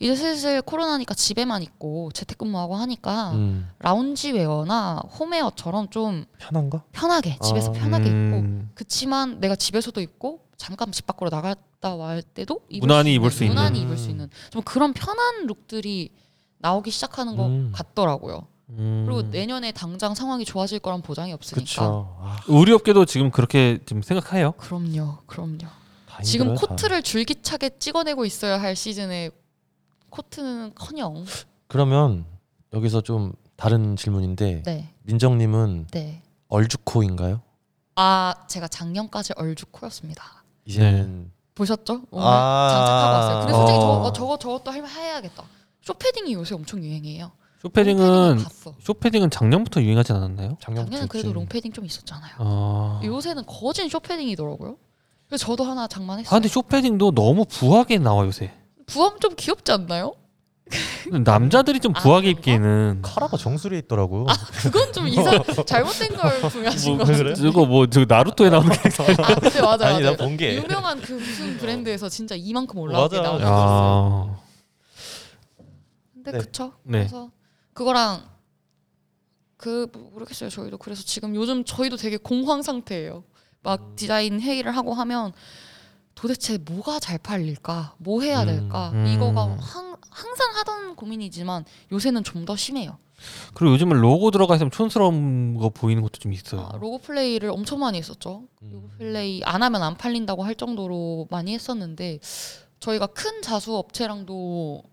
Speaker 3: 이제 슬슬 코로나니까 집에만 있고 재택근무하고 하니까
Speaker 2: 음.
Speaker 3: 라운지 웨어나 홈웨어처럼 좀
Speaker 2: 편한가?
Speaker 3: 편하게 집에서
Speaker 2: 아,
Speaker 3: 편하게 입고
Speaker 1: 음.
Speaker 3: 그치만 내가 집에서도 입고 잠깐 집 밖으로 나갔다 올 때도 입을
Speaker 1: 무난히 입을 수 있는.
Speaker 3: 무난히 입을 수 있는 좀 그런 편한 룩들이 나오기 시작하는 것
Speaker 2: 음.
Speaker 3: 같더라고요. 그리고
Speaker 1: 음.
Speaker 3: 내년에 당장 상황이 좋아질 거란 보장이 없으니까.
Speaker 2: 그쵸. 아,
Speaker 1: 의리업계도 지금 그렇게 지금 생각해요.
Speaker 3: 그럼요, 그럼요.
Speaker 2: 다
Speaker 3: 지금
Speaker 2: 힘들어요, 다.
Speaker 3: 코트를 줄기차게 찍어내고 있어야 할 시즌에 코트는커녕
Speaker 2: 그러면 여기서 좀 다른 질문인데
Speaker 3: 네,
Speaker 2: 민정님은
Speaker 3: 네.
Speaker 2: 얼주코인가요?
Speaker 3: 아 제가 작년까지 얼죽코였습니다.
Speaker 1: 네. 뭐
Speaker 2: 이제는
Speaker 3: 보셨죠? 오늘
Speaker 4: 아.
Speaker 3: 장착하고 왔어요. 근데 솔직히
Speaker 1: 어.
Speaker 3: 저거 어, 저거 저것도 할- 해야겠다. 쇼패딩이 요새 엄청 유행이에요.
Speaker 1: 쇼패딩은
Speaker 3: 갔어.
Speaker 1: 쇼패딩은 작년부터 유행하지 않았나요?
Speaker 2: 작년부터
Speaker 3: 작년에 그래도
Speaker 2: 있지.
Speaker 3: 롱패딩 좀 있었잖아요.
Speaker 1: 아.
Speaker 3: 요새는 거진 쇼패딩이더라고요. 그래서 저도 하나
Speaker 1: 아
Speaker 3: 장만했어요.
Speaker 1: 근데 쇼패딩도 너무 부하게 나와 요새.
Speaker 3: 부엄 좀 귀엽지 않나요?
Speaker 1: 남자들이 좀
Speaker 3: 아,
Speaker 1: 부하게
Speaker 3: 그런가?
Speaker 1: 입기에는
Speaker 2: 카라가 정수리에
Speaker 3: 아,
Speaker 2: 있더라고요.
Speaker 3: 그건 좀 이상 잘못된 걸 구매하신
Speaker 4: 뭐,
Speaker 3: 것
Speaker 4: 왜 그래?
Speaker 3: 같아요.
Speaker 1: 네? 이거 뭐저 나루토에 나오는 게
Speaker 3: 아 근데 맞아
Speaker 4: 아니
Speaker 3: 맞아.
Speaker 4: 나 본 게.
Speaker 3: 유명한 그 무슨 브랜드에서 진짜 이만큼
Speaker 4: 맞아.
Speaker 3: 올라오게 나오고 있어요.
Speaker 1: 아.
Speaker 3: 근데
Speaker 2: 네.
Speaker 3: 그쵸.
Speaker 1: 네.
Speaker 3: 그래서 그거랑 그 모르겠어요. 저희도 그래서 지금 요즘 저희도 되게 공황 상태예요. 막
Speaker 1: 음.
Speaker 3: 디자인 회의를 하고 하면 도대체 뭐가 잘 팔릴까, 뭐 해야
Speaker 2: 음,
Speaker 3: 될까
Speaker 1: 음.
Speaker 3: 이거가 항, 항상 하던 고민이지만 요새는 좀 더 심해요.
Speaker 1: 그리고 요즘은 로고 들어가 있으면 촌스러운 거 보이는 것도 좀 있어요.
Speaker 3: 아, 로고 플레이를 엄청 많이 했었죠.
Speaker 2: 음.
Speaker 3: 로고 플레이 안 하면 안 팔린다고 할 정도로 많이 했었는데 저희가 큰 자수 업체랑도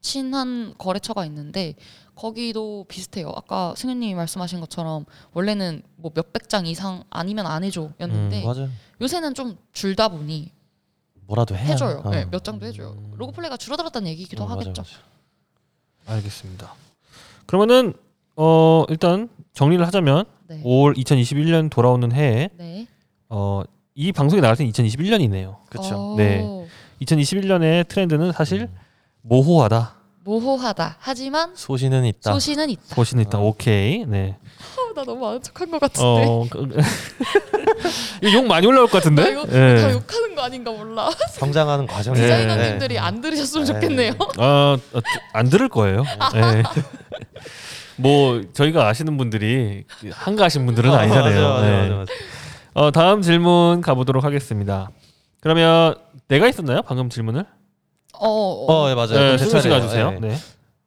Speaker 3: 친한 거래처가 있는데 거기도 비슷해요. 아까 승현님이 말씀하신 것처럼 원래는 뭐 몇백 장 이상 아니면 안 해줘였는데
Speaker 1: 네. 음,
Speaker 2: 맞아.
Speaker 3: 요새는 좀 줄다 보니
Speaker 2: 뭐라도 해야.
Speaker 3: 해줘요.
Speaker 2: 어.
Speaker 3: 네, 몇 장도 해줘요.
Speaker 1: 음.
Speaker 3: 로고 플레이가 줄어들었다는 얘기기도
Speaker 2: 어, 맞아,
Speaker 3: 하겠죠.
Speaker 2: 맞아.
Speaker 1: 알겠습니다. 그러면은 어 일단 정리를 하자면
Speaker 3: 네.
Speaker 1: 올 2021년 돌아오는 해에
Speaker 3: 네.
Speaker 1: 어 이 방송이 나갈 때는 2021년이네요.
Speaker 2: 그쵸.
Speaker 3: 어,
Speaker 1: 네. 2021년의 트렌드는 사실
Speaker 2: 음.
Speaker 1: 모호하다.
Speaker 3: 모호하다. 하지만
Speaker 2: 소신은 있다.
Speaker 3: 소신은 있다.
Speaker 1: 보신 일단
Speaker 2: 아.
Speaker 1: 오케이. 네.
Speaker 3: 어, 나 너무 아는 척한 것 같은데.
Speaker 1: 어. 그- 이거 욕 많이 올라올 것
Speaker 3: 나
Speaker 1: 같은데?
Speaker 3: 네. 아, 이거
Speaker 1: 예.
Speaker 3: 다 욕하는 거 아닌가 몰라.
Speaker 2: 성장하는 과정.
Speaker 1: 네.
Speaker 3: 디자이너님들이 안 들으셨으면
Speaker 2: 네.
Speaker 3: 좋겠네요.
Speaker 1: 아, 어, 안 들을 거예요. 예. 뭐 저희가 아시는 분들이 한가하신 분들은 아니잖아요.
Speaker 4: 맞아, 맞아,
Speaker 1: 네.
Speaker 4: 맞아, 맞아.
Speaker 1: 어, 다음 질문 가보도록 하겠습니다. 그러면 내가 있었나요? 방금 질문을?
Speaker 3: 어, 어,
Speaker 2: 어, 예, 맞아요.
Speaker 1: 네,
Speaker 2: 그건 제
Speaker 1: 수빈 씨가
Speaker 2: 차례예요.
Speaker 1: 주세요.
Speaker 2: 예.
Speaker 1: 네.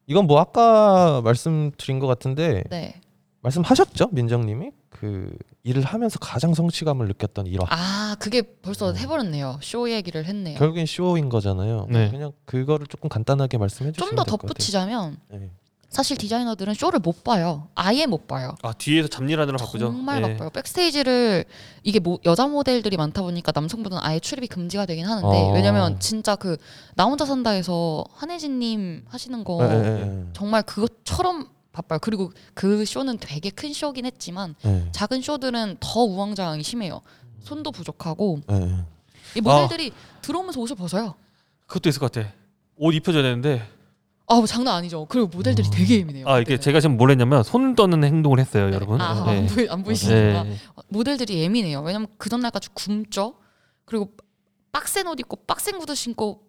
Speaker 2: 이건 뭐 아까 말씀드린 것 같은데
Speaker 3: 네.
Speaker 2: 말씀하셨죠, 민정님이 그 일을 하면서 가장 성취감을 느꼈던 일화.
Speaker 3: 아, 그게 벌써 해버렸네요. 쇼 얘기를 했네요.
Speaker 2: 음. 결국엔 쇼인 거잖아요.
Speaker 1: 네.
Speaker 2: 그냥 그거를 조금 간단하게 말씀해
Speaker 3: 좀
Speaker 2: 주시면
Speaker 3: 더
Speaker 2: 될 것 같아요.
Speaker 3: 덧붙이자면
Speaker 2: 네.
Speaker 3: 사실 디자이너들은 쇼를 못 봐요. 아예 못 봐요.
Speaker 1: 아 뒤에서 잡일하느라 바쁘죠.
Speaker 2: 예.
Speaker 3: 정말
Speaker 1: 네.
Speaker 3: 바빠요. 백스테이지를 이게 뭐 여자 모델들이 많다 보니까 남성분은 아예 출입이 금지가 되긴 하는데
Speaker 2: 어.
Speaker 3: 왜냐면 진짜 그 나 혼자 산다에서 한혜진님 하시는 거
Speaker 2: 네, 네, 네.
Speaker 3: 정말 그것처럼 바빠요. 그리고 그 쇼는 되게 큰 쇼긴 했지만
Speaker 2: 네.
Speaker 3: 작은 쇼들은 더 우왕좌왕이 심해요. 손도 부족하고
Speaker 2: 네, 네.
Speaker 3: 이 모델들이
Speaker 1: 아.
Speaker 3: 들어오면서 옷을 벗어요.
Speaker 1: 그것도 있을 것 같아. 옷 입혀줘야 되는데
Speaker 3: 아우 뭐 장난 아니죠. 그리고 모델들이 되게 예민해요.
Speaker 1: 아 이게
Speaker 3: 그때는.
Speaker 1: 제가 지금 뭘 했냐면 손 떠는 행동을 했어요, 여러분.
Speaker 3: 아, 아, 안,
Speaker 1: 네.
Speaker 3: 보이, 안 보이시니까
Speaker 1: 네.
Speaker 3: 모델들이 예민해요. 왜냐면 그 전날까지 굶죠. 그리고 빡센 옷 입고 빡센 구두 신고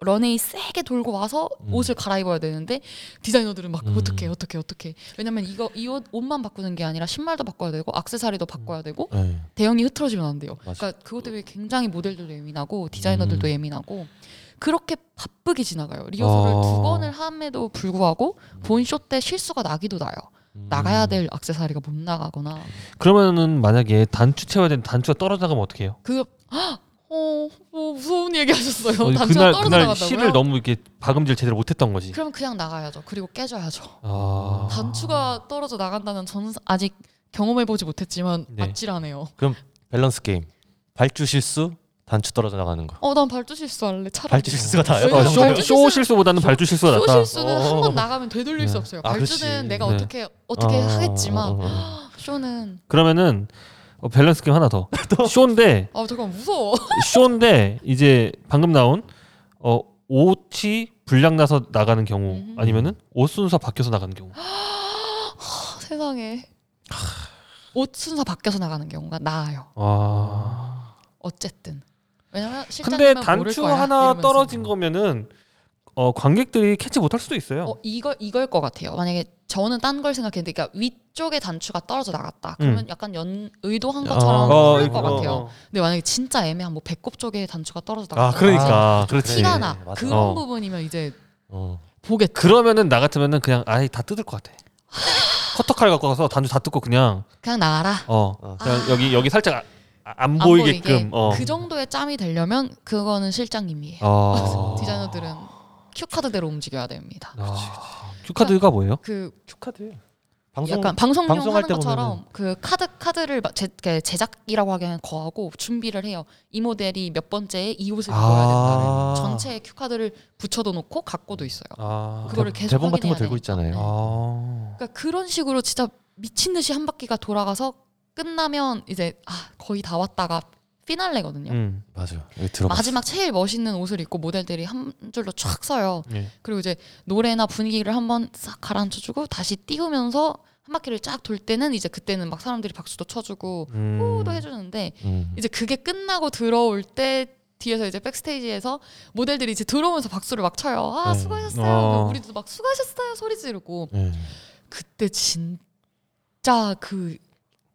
Speaker 3: 런웨이 세게 돌고 와서
Speaker 2: 음.
Speaker 3: 옷을 갈아입어야 되는데 디자이너들은 막
Speaker 2: 음.
Speaker 3: 어떻게 어떻게 어떻게 왜냐면 이거 이 옷 옷만 바꾸는 게 아니라 신발도 바꿔야 되고 악세사리도 바꿔야
Speaker 1: 음.
Speaker 3: 되고
Speaker 2: 네.
Speaker 3: 대형이 흐트러지면 안 돼요.
Speaker 2: 맞아.
Speaker 3: 그러니까 그것 때문에 굉장히 모델들도 예민하고 디자이너들도
Speaker 2: 음.
Speaker 3: 예민하고 그렇게 바쁘게 지나가요. 리허설을 두
Speaker 2: 아.
Speaker 3: 번을 함에도 불구하고 본 쇼 때 실수가 나기도 나요.
Speaker 2: 음.
Speaker 3: 나가야 될 악세사리가 못 나가거나
Speaker 4: 그러면은 만약에 단추 채워야 되는 단추가 떨어져가면 어떻게 해요?
Speaker 3: 그 어, 뭐 무서운 얘기 하셨어요.
Speaker 4: 어,
Speaker 3: 단추가
Speaker 4: 그날
Speaker 3: 떨어져
Speaker 4: 그날
Speaker 3: 나간다고요?
Speaker 4: 실을 너무 이렇게 박음질 제대로 못했던 거지.
Speaker 3: 그럼 그냥 나가야죠. 그리고 깨져야죠.
Speaker 4: 아.
Speaker 1: 어,
Speaker 3: 단추가 떨어져 나간다는 저는 아직 경험해보지 못했지만
Speaker 4: 네.
Speaker 3: 아찔하네요.
Speaker 2: 밸런스 게임. 발주 실수, 단추 떨어져 나가는 거.
Speaker 3: 어, 난 발주 실수할래. 차라리.
Speaker 2: 발주 실수가 나요.
Speaker 3: 어,
Speaker 1: 어, 쇼,
Speaker 3: 발주
Speaker 1: 쇼
Speaker 3: 실수-
Speaker 1: 실수보다는 발주 실수가
Speaker 3: 쇼
Speaker 1: 낫다.
Speaker 3: 실수는
Speaker 2: 어.
Speaker 3: 한 번 나가면 되돌릴 수
Speaker 4: 네.
Speaker 3: 없어요.
Speaker 2: 아,
Speaker 3: 발주는
Speaker 2: 그렇지.
Speaker 3: 내가
Speaker 4: 네.
Speaker 3: 어떻게 어떻게
Speaker 2: 아,
Speaker 3: 하겠지만
Speaker 2: 어, 어, 어.
Speaker 3: 쇼는
Speaker 1: 그러면은 어, 밸런스 게임 하나 더. 쇼인데
Speaker 3: 아 잠깐 무서워.
Speaker 1: 쇼인데 이제 방금 나온 어 옷이 불량 나서 나가는 경우
Speaker 3: 음.
Speaker 1: 아니면은 옷 순서 바뀌어서 나가는 경우.
Speaker 3: 세상에. 옷 순서 바뀌어서 나가는 경우가 나아요.
Speaker 1: 아.
Speaker 3: 어쨌든. 왜냐면
Speaker 1: 근데
Speaker 3: 실장님은 모를
Speaker 1: 단추
Speaker 3: 거야.
Speaker 1: 하나
Speaker 3: 이러면서.
Speaker 1: 떨어진 거면은 어 관객들이 캐치 못할 수도 있어요.
Speaker 3: 어 이거 이걸 것 같아요. 만약에 저는 딴 걸 생각했는데 그러니까 위쪽에 단추가 떨어져 나갔다. 그러면 약간 연 의도한 것처럼
Speaker 2: 아,
Speaker 3: 어,
Speaker 2: 어,
Speaker 3: 할것
Speaker 2: 이거,
Speaker 3: 같아요.
Speaker 1: 음. 어.
Speaker 3: 근데 만약에 진짜 애매한 뭐 배꼽 쪽에 단추가 떨어져
Speaker 1: 아,
Speaker 3: 나갔다.
Speaker 1: 그러니까. 그렇지.
Speaker 3: 티가 나.
Speaker 2: 맞아.
Speaker 3: 그런
Speaker 1: 어.
Speaker 3: 부분이면 이제
Speaker 2: 어.
Speaker 3: 보겠다.
Speaker 1: 그러면은 나 같으면은 그냥 아예 다 뜯을 것 같아. 커터칼 갖고 가서 단추 다 뜯고 그냥
Speaker 3: 그냥 나가라.
Speaker 1: 어
Speaker 2: 어.
Speaker 1: 그냥 여기 여기 살짝 아, 안,
Speaker 3: 안 보이게.
Speaker 1: 보이게끔 어.
Speaker 3: 그 정도의 짬이 되려면 그거는 실장님이에요.
Speaker 2: 아.
Speaker 1: 어.
Speaker 3: 디자이너들은 큐카드대로 움직여야 됩니다.
Speaker 1: 아, 큐카드가 뭐예요?
Speaker 3: 그
Speaker 2: 축하드려. 방송
Speaker 3: 약간 방송용
Speaker 2: 방송할
Speaker 3: 하는
Speaker 2: 때
Speaker 3: 것처럼 그 카드 카드를 마- 제, 그 제작이라고 하기에는 거하고 준비를 해요. 이 모델이 몇 번째에 이 옷을 입어야 된다는
Speaker 1: 아.
Speaker 3: 전체에 큐 카드를 붙여도 놓고 갖고도 있어요.
Speaker 1: 아.
Speaker 3: 그거를 계속
Speaker 2: 대본 같은 거
Speaker 3: 확인해야
Speaker 2: 들고
Speaker 3: 되니까.
Speaker 2: 있잖아요.
Speaker 3: 네.
Speaker 1: 아.
Speaker 3: 그러니까 그런 식으로 진짜 미친 듯이 한 바퀴가 돌아가서 끝나면 이제 아, 거의 다 왔다가 피날레거든요.
Speaker 1: 음.
Speaker 2: 맞아. 여기 들어.
Speaker 3: 마지막 제일 멋있는 옷을 입고 모델들이 한 줄로 촥 서요.
Speaker 1: 예.
Speaker 3: 그리고 이제 노래나 분위기를 한번 싹 가라앉혀주고 다시 띄우면서 한 바퀴를 쫙 돌 때는 이제 그때는 막 사람들이 박수도 쳐주고
Speaker 1: 음.
Speaker 3: 호도 해주는데
Speaker 2: 음.
Speaker 3: 이제 그게 끝나고 들어올 때 뒤에서 이제 백스테이지에서 모델들이 이제 들어오면서 박수를 막 쳐요. 아
Speaker 2: 네.
Speaker 3: 수고하셨어요.
Speaker 1: 어.
Speaker 3: 그럼 우리도 막 수고하셨어요 소리 지르고
Speaker 2: 네.
Speaker 3: 그때 진짜 그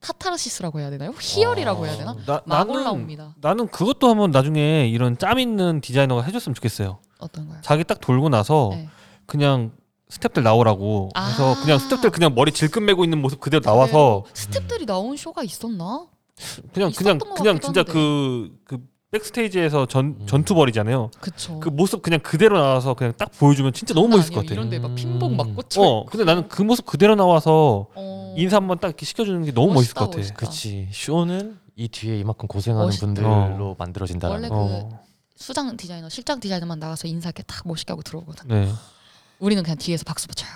Speaker 3: 카타르시스라고 해야 되나요? 희열이라고 해야 되나?
Speaker 1: 나,
Speaker 3: 막
Speaker 1: 어. 나는-
Speaker 3: 올라옵니다.
Speaker 1: 나는 그것도 한번 나중에 이런 짬 있는 디자이너가 해줬으면 좋겠어요.
Speaker 3: 어떤 거요?
Speaker 1: 자기 딱 돌고 나서
Speaker 3: 네.
Speaker 1: 그냥 스탭들 나오라고
Speaker 3: 아.
Speaker 1: 해서 그냥 스탭들 그냥 머리 질끈 매고 있는 모습 그대로 나와서
Speaker 3: 네. 음. 스탭들이 나온 쇼가 있었나?
Speaker 1: 그냥
Speaker 3: 있었던
Speaker 1: 그냥
Speaker 3: 것
Speaker 1: 그냥
Speaker 3: 같기도
Speaker 1: 진짜
Speaker 3: 한데.
Speaker 1: 그그 백스테이지에서 전
Speaker 2: 음.
Speaker 1: 전투 벌이잖아요.
Speaker 3: 그쵸. 뭐
Speaker 1: 그 모습 그냥 그대로 나와서 그냥 딱 보여주면 진짜 너무 멋있을 것
Speaker 3: 아니에요.
Speaker 1: 같아.
Speaker 3: 이런데 막 핀봉 막 꽂혀.
Speaker 1: 어, 근데 나는 그 모습 그대로 나와서
Speaker 3: 어.
Speaker 1: 인사 한번 딱 이렇게 시켜주는 게 너무
Speaker 3: 멋있다,
Speaker 1: 멋있을 것 같아.
Speaker 3: 멋있다.
Speaker 2: 그렇지. 쇼는 이 뒤에 이만큼 고생하는
Speaker 3: 멋있다.
Speaker 2: 분들로
Speaker 1: 어.
Speaker 2: 만들어진다라는.
Speaker 3: 원래
Speaker 2: 거.
Speaker 1: 어,
Speaker 3: 수장 디자이너, 실장 디자이너만 나가서 인사 이렇게 딱 멋있게 하고 들어오거든.
Speaker 1: 네.
Speaker 3: 우리는 그냥 뒤에서 박수 쳐요.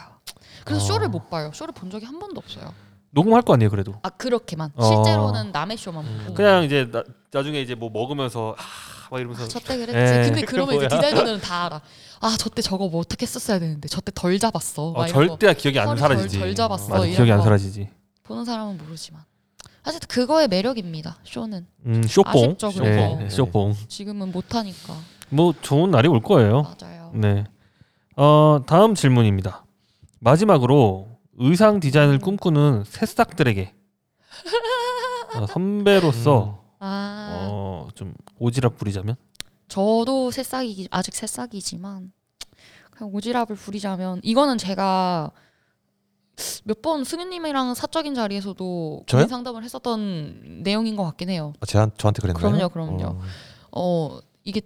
Speaker 3: 그래서
Speaker 1: 어.
Speaker 3: 쇼를 못 봐요. 쇼를 본 적이 한 번도 없어요.
Speaker 1: 녹음할 거 아니에요, 그래도.
Speaker 3: 아 그렇게만.
Speaker 1: 어.
Speaker 3: 실제로는 남의 쇼만
Speaker 2: 음.
Speaker 3: 보고.
Speaker 1: 그냥 이제 나, 나중에 이제 뭐 먹으면서 아, 막 이러면서
Speaker 3: 저때 그랬지.
Speaker 1: 에.
Speaker 3: 근데 그러면 이제 디자이너들은 다 알아. 아 저때 저거 뭐 어떻게 썼어야 되는데 저때 덜 잡았어. 막
Speaker 1: 어,
Speaker 3: 아, 이런 거.
Speaker 1: 절대야 기억이 안
Speaker 3: 허리
Speaker 1: 사라지지.
Speaker 3: 덜, 덜 잡았어.
Speaker 1: 맞아,
Speaker 3: 이런
Speaker 1: 기억이 안
Speaker 3: 거.
Speaker 1: 사라지지.
Speaker 3: 보는 사람은 모르지만. 어쨌든 그거의 매력입니다. 쇼는
Speaker 1: 음, 쇼뽕.
Speaker 3: 아쉽죠,
Speaker 1: 네,
Speaker 3: 그래서.
Speaker 1: 네, 쇼뽕.
Speaker 3: 지금은 못하니까.
Speaker 1: 뭐 좋은 날이 올 거예요.
Speaker 3: 맞아요.
Speaker 1: 네. 어, 다음 질문입니다. 마지막으로 의상 디자인을 꿈꾸는 새싹들에게 어, 선배로서
Speaker 3: 아
Speaker 1: 어, 좀 오지랖 부리자면
Speaker 3: 저도 새싹이기 아직 새싹이지만 그냥 오지랖을 부리자면 이거는 제가 몇 번 승윤님이랑 사적인 자리에서도
Speaker 2: 저요?
Speaker 3: 고민 상담을 했었던 내용인 것 같긴 해요.
Speaker 2: 아, 제한 저한테 그랬나요?
Speaker 3: 그럼요, 그럼요.
Speaker 2: 어.
Speaker 3: 어 이게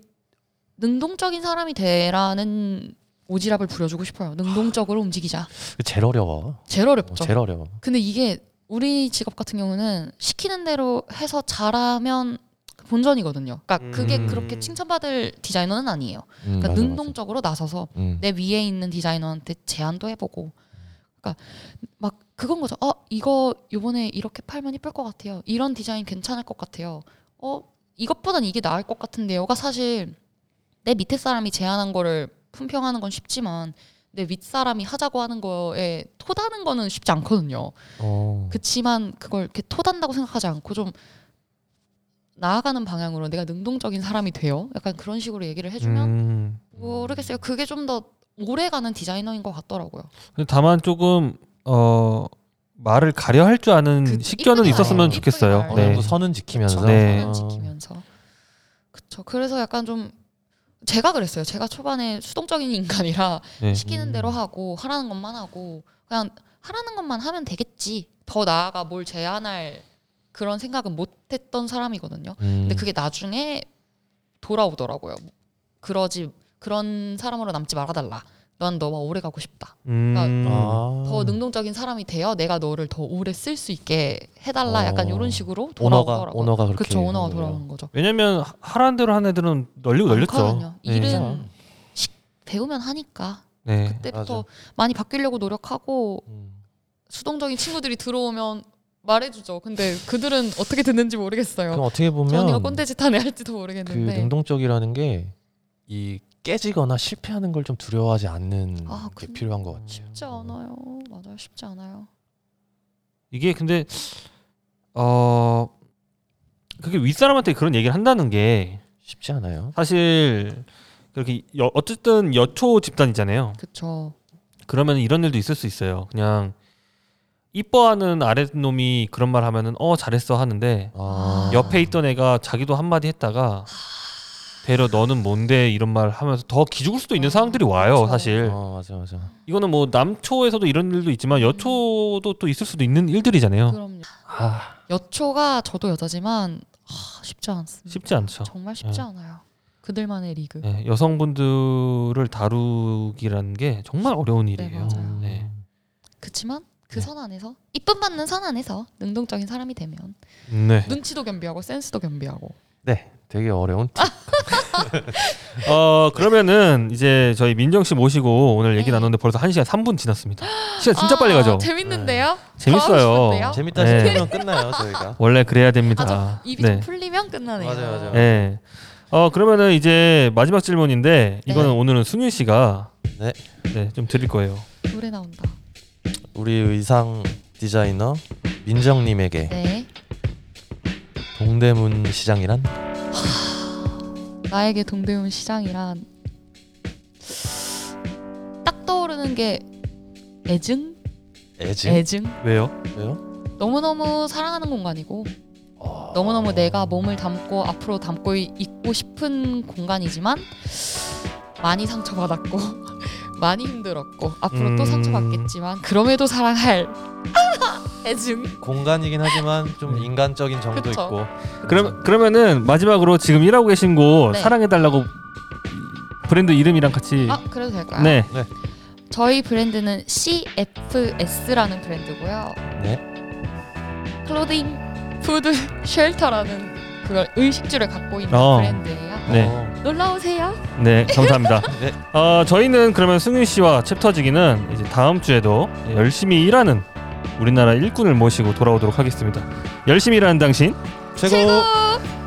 Speaker 3: 능동적인 사람이 되라는 오지랖을 부려주고 싶어요. 능동적으로 움직이자.
Speaker 2: 그 제일 어려워.
Speaker 3: 제일
Speaker 2: 어,
Speaker 3: 어렵죠.
Speaker 2: 제일 어려워.
Speaker 3: 근데 이게 우리 직업 같은 경우는 시키는 대로 해서 잘하면 본전이거든요. 그러니까 그게
Speaker 1: 음.
Speaker 3: 그렇게 칭찬받을 디자이너는 아니에요.
Speaker 2: 음,
Speaker 3: 그러니까
Speaker 2: 맞아,
Speaker 3: 능동적으로 네. 나서서
Speaker 2: 맞아. 음.
Speaker 3: 내 위에 있는 디자이너한테 제안도 해보고 그러니까 막 그건 거죠 어 이거 요번에 이렇게 팔면 이쁠 것 같아요 이런 디자인 괜찮을 것 같아요 어 이것보단 이게 나을 것 같은데요가 사실 내 밑에 사람이 제안한 거를 품평하는 건 쉽지만 내 윗사람이 하자고 하는 거에 토다는 거는 쉽지 않거든요
Speaker 2: 어.
Speaker 3: 그, 그치만 그걸 이렇게 토단다고 생각하지 않고 좀 나아가는 방향으로 내가 능동적인 사람이 돼요. 약간 그런 식으로 얘기를 해주면
Speaker 1: 음.
Speaker 3: 모르겠어요. 그게 좀 더 오래가는 디자이너인 것 같더라고요.
Speaker 1: 근데 다만 조금 어 말을 가려 할 줄 아는
Speaker 3: 그치,
Speaker 1: 식견은
Speaker 3: 이쁘게
Speaker 1: 있었으면
Speaker 2: 말,
Speaker 1: 좋겠어요.
Speaker 3: 이쁘게
Speaker 2: 어느
Speaker 3: 말.
Speaker 1: 네.
Speaker 2: 정도 선은 지키면서 어.
Speaker 1: 네.
Speaker 3: 선을 지키면서 그쵸. 그래서 약간 좀 제가 그랬어요. 제가 초반에 수동적인 인간이라
Speaker 1: 네.
Speaker 2: 음.
Speaker 3: 시키는 대로 하고 하라는 것만 하고 그냥 하라는 것만 하면 되겠지. 더 나아가 뭘 제안할 그런 생각은 못했던 사람이거든요.
Speaker 2: 음.
Speaker 3: 근데 그게 나중에 돌아오더라고요. 그러지 그런 사람으로 남지 말아달라. 넌 너와 오래 가고 싶다.
Speaker 1: 음.
Speaker 2: 아.
Speaker 3: 더 능동적인 사람이 되어 내가 너를 더 오래 쓸 수 있게 해달라.
Speaker 2: 어.
Speaker 3: 약간 이런 식으로
Speaker 2: 오너가
Speaker 3: 돌아오더라고요.
Speaker 2: 오너가 그렇게
Speaker 3: 그쵸 오너가
Speaker 2: 하는 거예요.
Speaker 3: 돌아오는 거죠.
Speaker 1: 왜냐면 하- 하라는 대로 하는 애들은 널리고 널렸죠.
Speaker 3: 많거든요. 일은
Speaker 2: 괜찮아.
Speaker 3: 배우면 하니까
Speaker 1: 네.
Speaker 3: 그때부터
Speaker 2: 맞아.
Speaker 3: 많이 바뀌려고 노력하고
Speaker 2: 음.
Speaker 3: 수동적인 친구들이 들어오면 말해주죠. 근데 그들은 어떻게 듣는지 모르겠어요.
Speaker 2: 그럼 어떻게
Speaker 3: 전이가
Speaker 2: 보면
Speaker 3: 꼰대짓 하네 할지도
Speaker 2: 그
Speaker 3: 모르겠는데.
Speaker 2: 능동적이라는 게 이 깨지거나 실패하는 걸 좀 두려워하지 않는
Speaker 3: 아,
Speaker 2: 게
Speaker 3: 그-
Speaker 2: 필요한 것 같아요.
Speaker 3: 쉽지 않아요. 맞아요. 쉽지 않아요.
Speaker 1: 이게 근데 어 그게 윗사람한테 그런 얘기를 한다는 게
Speaker 2: 쉽지 않아요.
Speaker 1: 사실 그렇게 여- 어쨌든 여초 집단이잖아요.
Speaker 3: 그쵸.
Speaker 1: 그러면 이런 일도 있을 수 있어요. 그냥 이뻐하는 아랫놈이 그런 말 하면은 어 잘했어 하는데
Speaker 2: 아,
Speaker 1: 옆에 있던 애가 자기도 한마디 했다가 대려 너는 뭔데 이런 말 하면서 더 기죽을 수도 있는
Speaker 3: 아,
Speaker 1: 상황들이 와요
Speaker 3: 그쵸.
Speaker 1: 사실
Speaker 2: 어, 맞아 맞아.
Speaker 1: 이거는 뭐 남초에서도 이런 일도 있지만 여초도 또 있을 수도 있는 일들이잖아요
Speaker 3: 그럼요.
Speaker 1: 아
Speaker 3: 여초가 저도 여자지만 하, 쉽지 않습니다.
Speaker 1: 쉽지 않죠
Speaker 3: 정말 쉽지
Speaker 2: 네.
Speaker 1: 예.
Speaker 3: 않아요. 그들만의 리그.
Speaker 1: 네, 여성분들을 다루기라는 게 정말 어려운 일이에요
Speaker 3: 맞아요.
Speaker 2: 음.
Speaker 1: 네.
Speaker 3: 그치만
Speaker 1: 네.
Speaker 3: 그 선 안에서 이쁨 받는 선 안에서 능동적인 사람이 되면
Speaker 1: 네.
Speaker 3: 눈치도 겸비하고 센스도 겸비하고
Speaker 2: 되게 어려운
Speaker 3: 아,
Speaker 1: 어 그러면은 이제 저희 민정 씨 모시고 오늘 얘기
Speaker 3: 네. 아,
Speaker 1: 나눴는데 벌써 1시간 3분 지났습니다 시간 네, 진짜 빨리 가죠
Speaker 3: 재밌는데요? 하고
Speaker 1: 재밌어요
Speaker 3: 싶은데요?
Speaker 2: 재밌다
Speaker 1: 네.
Speaker 2: 싶으면 끝나요 저희가.
Speaker 1: 원래 그래야 됩니다
Speaker 3: 아, 입이 좀 풀리면 끝나네요.
Speaker 2: 맞아요, 맞아요.
Speaker 1: 네. 어 그러면은 이제 마지막 질문인데
Speaker 3: 네.
Speaker 1: 이거는 오늘은 승윤 씨가
Speaker 2: 네.
Speaker 1: 네, 좀 드릴 거예요.
Speaker 3: 노래 나온다.
Speaker 2: 우리 의상 디자이너 민정님에게
Speaker 3: 네.
Speaker 2: 동대문 시장이란
Speaker 3: 나에게 동대문 시장이란 딱 떠오르는 게 애증?
Speaker 2: 애지
Speaker 3: 애증.
Speaker 1: 왜요?
Speaker 2: 왜요?
Speaker 3: 너무너무 사랑하는 공간이고
Speaker 2: 어.
Speaker 3: 너무너무 내가 몸을 담고 앞으로 담고 이- 있고 싶은 공간이지만 많이 상처받았고 많이 힘들었고 앞으로
Speaker 1: 음.
Speaker 3: 또 상처받겠지만 그럼에도 사랑할 애증.
Speaker 2: 공간이긴 하지만 좀
Speaker 1: 네.
Speaker 2: 인간적인 정도
Speaker 3: 그쵸.
Speaker 2: 있고
Speaker 1: 그럼 그러면은 마지막으로 지금 일하고 계신 곳
Speaker 3: 네.
Speaker 1: 사랑해 달라고 브랜드 이름이랑 같이
Speaker 3: 아 그래도 될까요?
Speaker 1: 네.
Speaker 3: 저희 브랜드는 CFS라는 브랜드고요.
Speaker 2: 네.
Speaker 3: 클로딩, 푸드, 쉘터라는 그걸 의식주를 갖고 있는
Speaker 1: 어.
Speaker 3: 브랜드예요.
Speaker 1: 네.
Speaker 2: 어,
Speaker 3: 놀러 오세요.
Speaker 1: 네, 감사합니다.
Speaker 2: 네.
Speaker 1: 어, 저희는 그러면 승윤 씨와 챕터지기는 이제 다음 주에도 열심히 일하는 우리나라 일꾼을 모시고 돌아오도록 하겠습니다. 열심히 일하는 당신
Speaker 2: 최고!
Speaker 3: 최고!